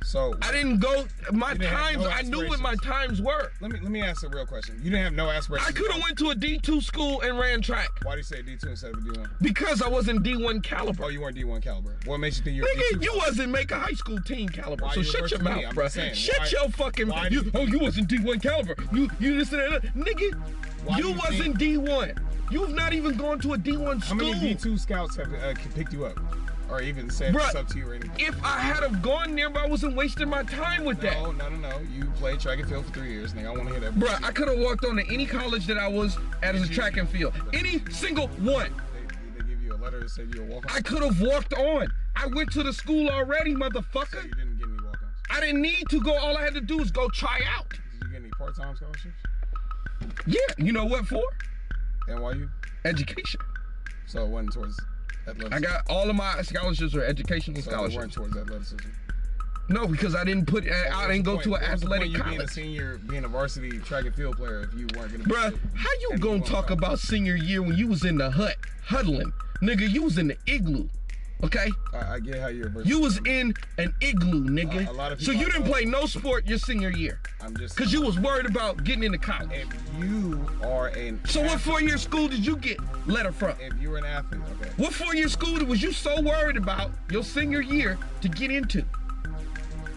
So I didn't go. My didn't have times. no I knew what my times were. let me let me ask a real question. You didn't have no aspirations. I could have went to a D two school and ran track Why do you say D2 instead of a D1? because I wasn't D one caliber. Oh, you weren't D1 caliber. What makes you think you're Nigga, D2? you wasn't make a high school team caliber. Why So you shut your reversing me? mouth, I'm bro. just saying, Shut why- your fucking. why You, do you- oh, you wasn't D one caliber. You you this and that. Nigga, Why do you you wasn't think- D one. You've not even gone to a D one How school. many D2 scouts have uh, picked you up, or even said Bruh. it's up to you or anything? If I had have gone there, but I wasn't wasting my time with that. No, no, no, no. You played track and field for three years, nigga. I want to hear that. Bruh, I could have walked on to any college that I was at as a track and field. Any single one. They, they give you a letter that said you were walking. I could have walked on. I went to the school already, So motherfucker. you didn't get any walk-ons. I didn't need to go. All I had to do was go try out. Did you get any part-time scholarships? Yeah, you know what for? NYU. Education. So it wasn't towards athleticism. I got all of my scholarships were educational so it weren't scholarships. towards athleticism. No, because I didn't put. I, I didn't go What was the to an point- what was the point athletic you being a college. senior, being a varsity track and field player, if you weren't gonna. be- Bruh, how you And gonna you won't talk come. about senior year when you was in the hut huddling, nigga? You was in the igloo, okay? I, I get how you're. a varsity- You was in an igloo, nigga. A- a lot of so people you I didn't know- play no sport your senior year, I'm just. cause you was worried about getting into college. If you are an. So what athlete- four-year school did you get letter from? If you're an athlete, okay. What four-year school was you so worried about your senior year to get into?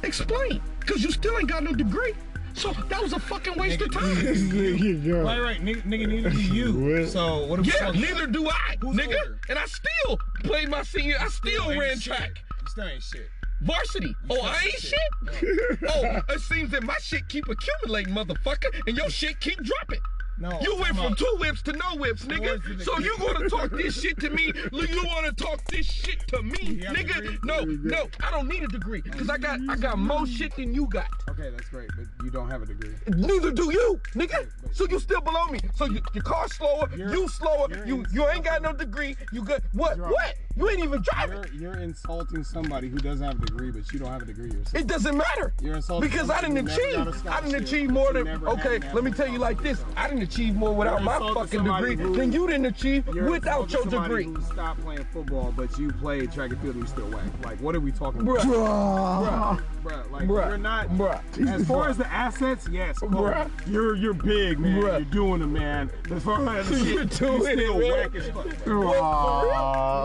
Explain, cause you still ain't got no degree. So that was a fucking waste of time. This nigga Right, go. right, nigga, nigga neither do you. What? So what are we Yeah, talking? neither do I, Who's nigga. older? And I still played my senior. I still ain't ran shit. track, You still ain't shit. varsity. Oh, I ain't shit. No. Oh, it seems that my shit keep accumulating, motherfucker, and your shit keep dropping. No, You went I'm from out. two whips to no whips, nigga. Boys did the- So you gonna talk this shit to me? You wanna talk this shit to me, have a degree? nigga? No, no, I don't need a degree because I got I got more shit than you got. Okay, that's great, but you don't have a degree. Neither do you, nigga. So you still below me. So you, your car's slower, you slower, you you ain't got no degree. You got what? What? You ain't even driving. You're, you're insulting somebody who doesn't have a degree, but you don't have a degree yourself. It doesn't matter. You're insulting Because I didn't somebody who never achieve. got a I didn't scholarship, achieve more but you than never had okay. an Let me average tell you like this: I didn't achieve more without You're my insulting fucking somebody degree who- than you didn't achieve You're without your insulting somebody degree. Who stopped playing football, but you played track and field and you still whack. Like, what are we talking about? Bruh. Bruh, like Bruh. we're not. Bruh. As far as the assets, yes, cool. Bruh. You're you're big, man. Bruh. You're doing it, man. As far as the shit, You're doing you still it, man. whack as fuck. For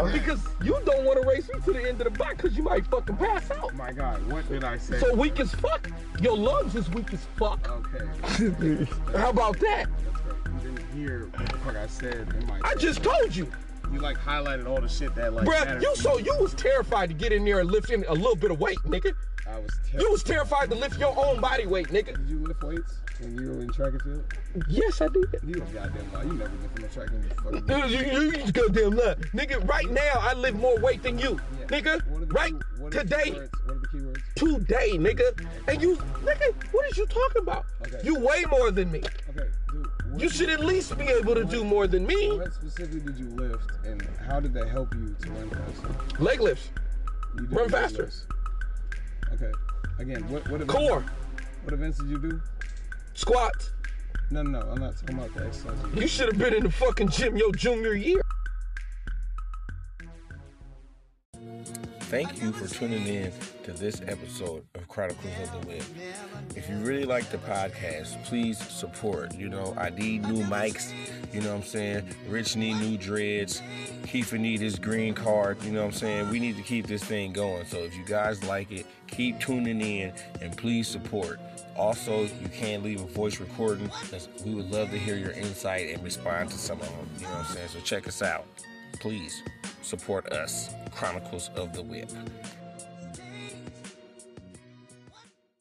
real? Because you don't want to race me to the end of the block because you might fucking pass out. My God, what did I say? So weak as fuck. Your lungs is weak as fuck. okay, How about that? that's great. You didn't hear what the fuck I said in my. I text. just told you, you like highlighted all the shit that like. bruh. mattered You to so you was terrified to get in there and lift in a little bit of weight, nigga. I was. You Terrible. was terrified to lift your own body weight, nigga. Did you lift weights when you were in track and field? Yes, I did. You a goddamn lie. You never lifted no track and fucking. You, you, you just goddamn lie. Nigga, right now I lift more weight than you. What are Nigga, the right key- what are the today, keywords? What are the keywords? today, nigga. And you, nigga, what is you talking about? Okay. You weigh more than me. Okay, dude. What, You should at least be able to do more than me. What specifically did you lift, and how did that help you to run faster? Leg lifts, You did Run faster. Okay. Again, what what events, core, what events did you do? squats. No, no, no. I'm not talking about the exercise. you did. You should have been in the fucking gym your junior year. Thank you for tuning in to this episode of Chronicles of the Web. If you really like the podcast, please support. You know, I need new mics. You know what I'm saying? Rich need new dreads. Keefer need his green card. You know what I'm saying? We need to keep this thing going. So if you guys like it, keep tuning in and please support. Also, you can leave a voice recording. 'cause We would love to hear your insight and respond to some of them. You know what I'm saying? So check us out please support us, Chronicles of the Whip.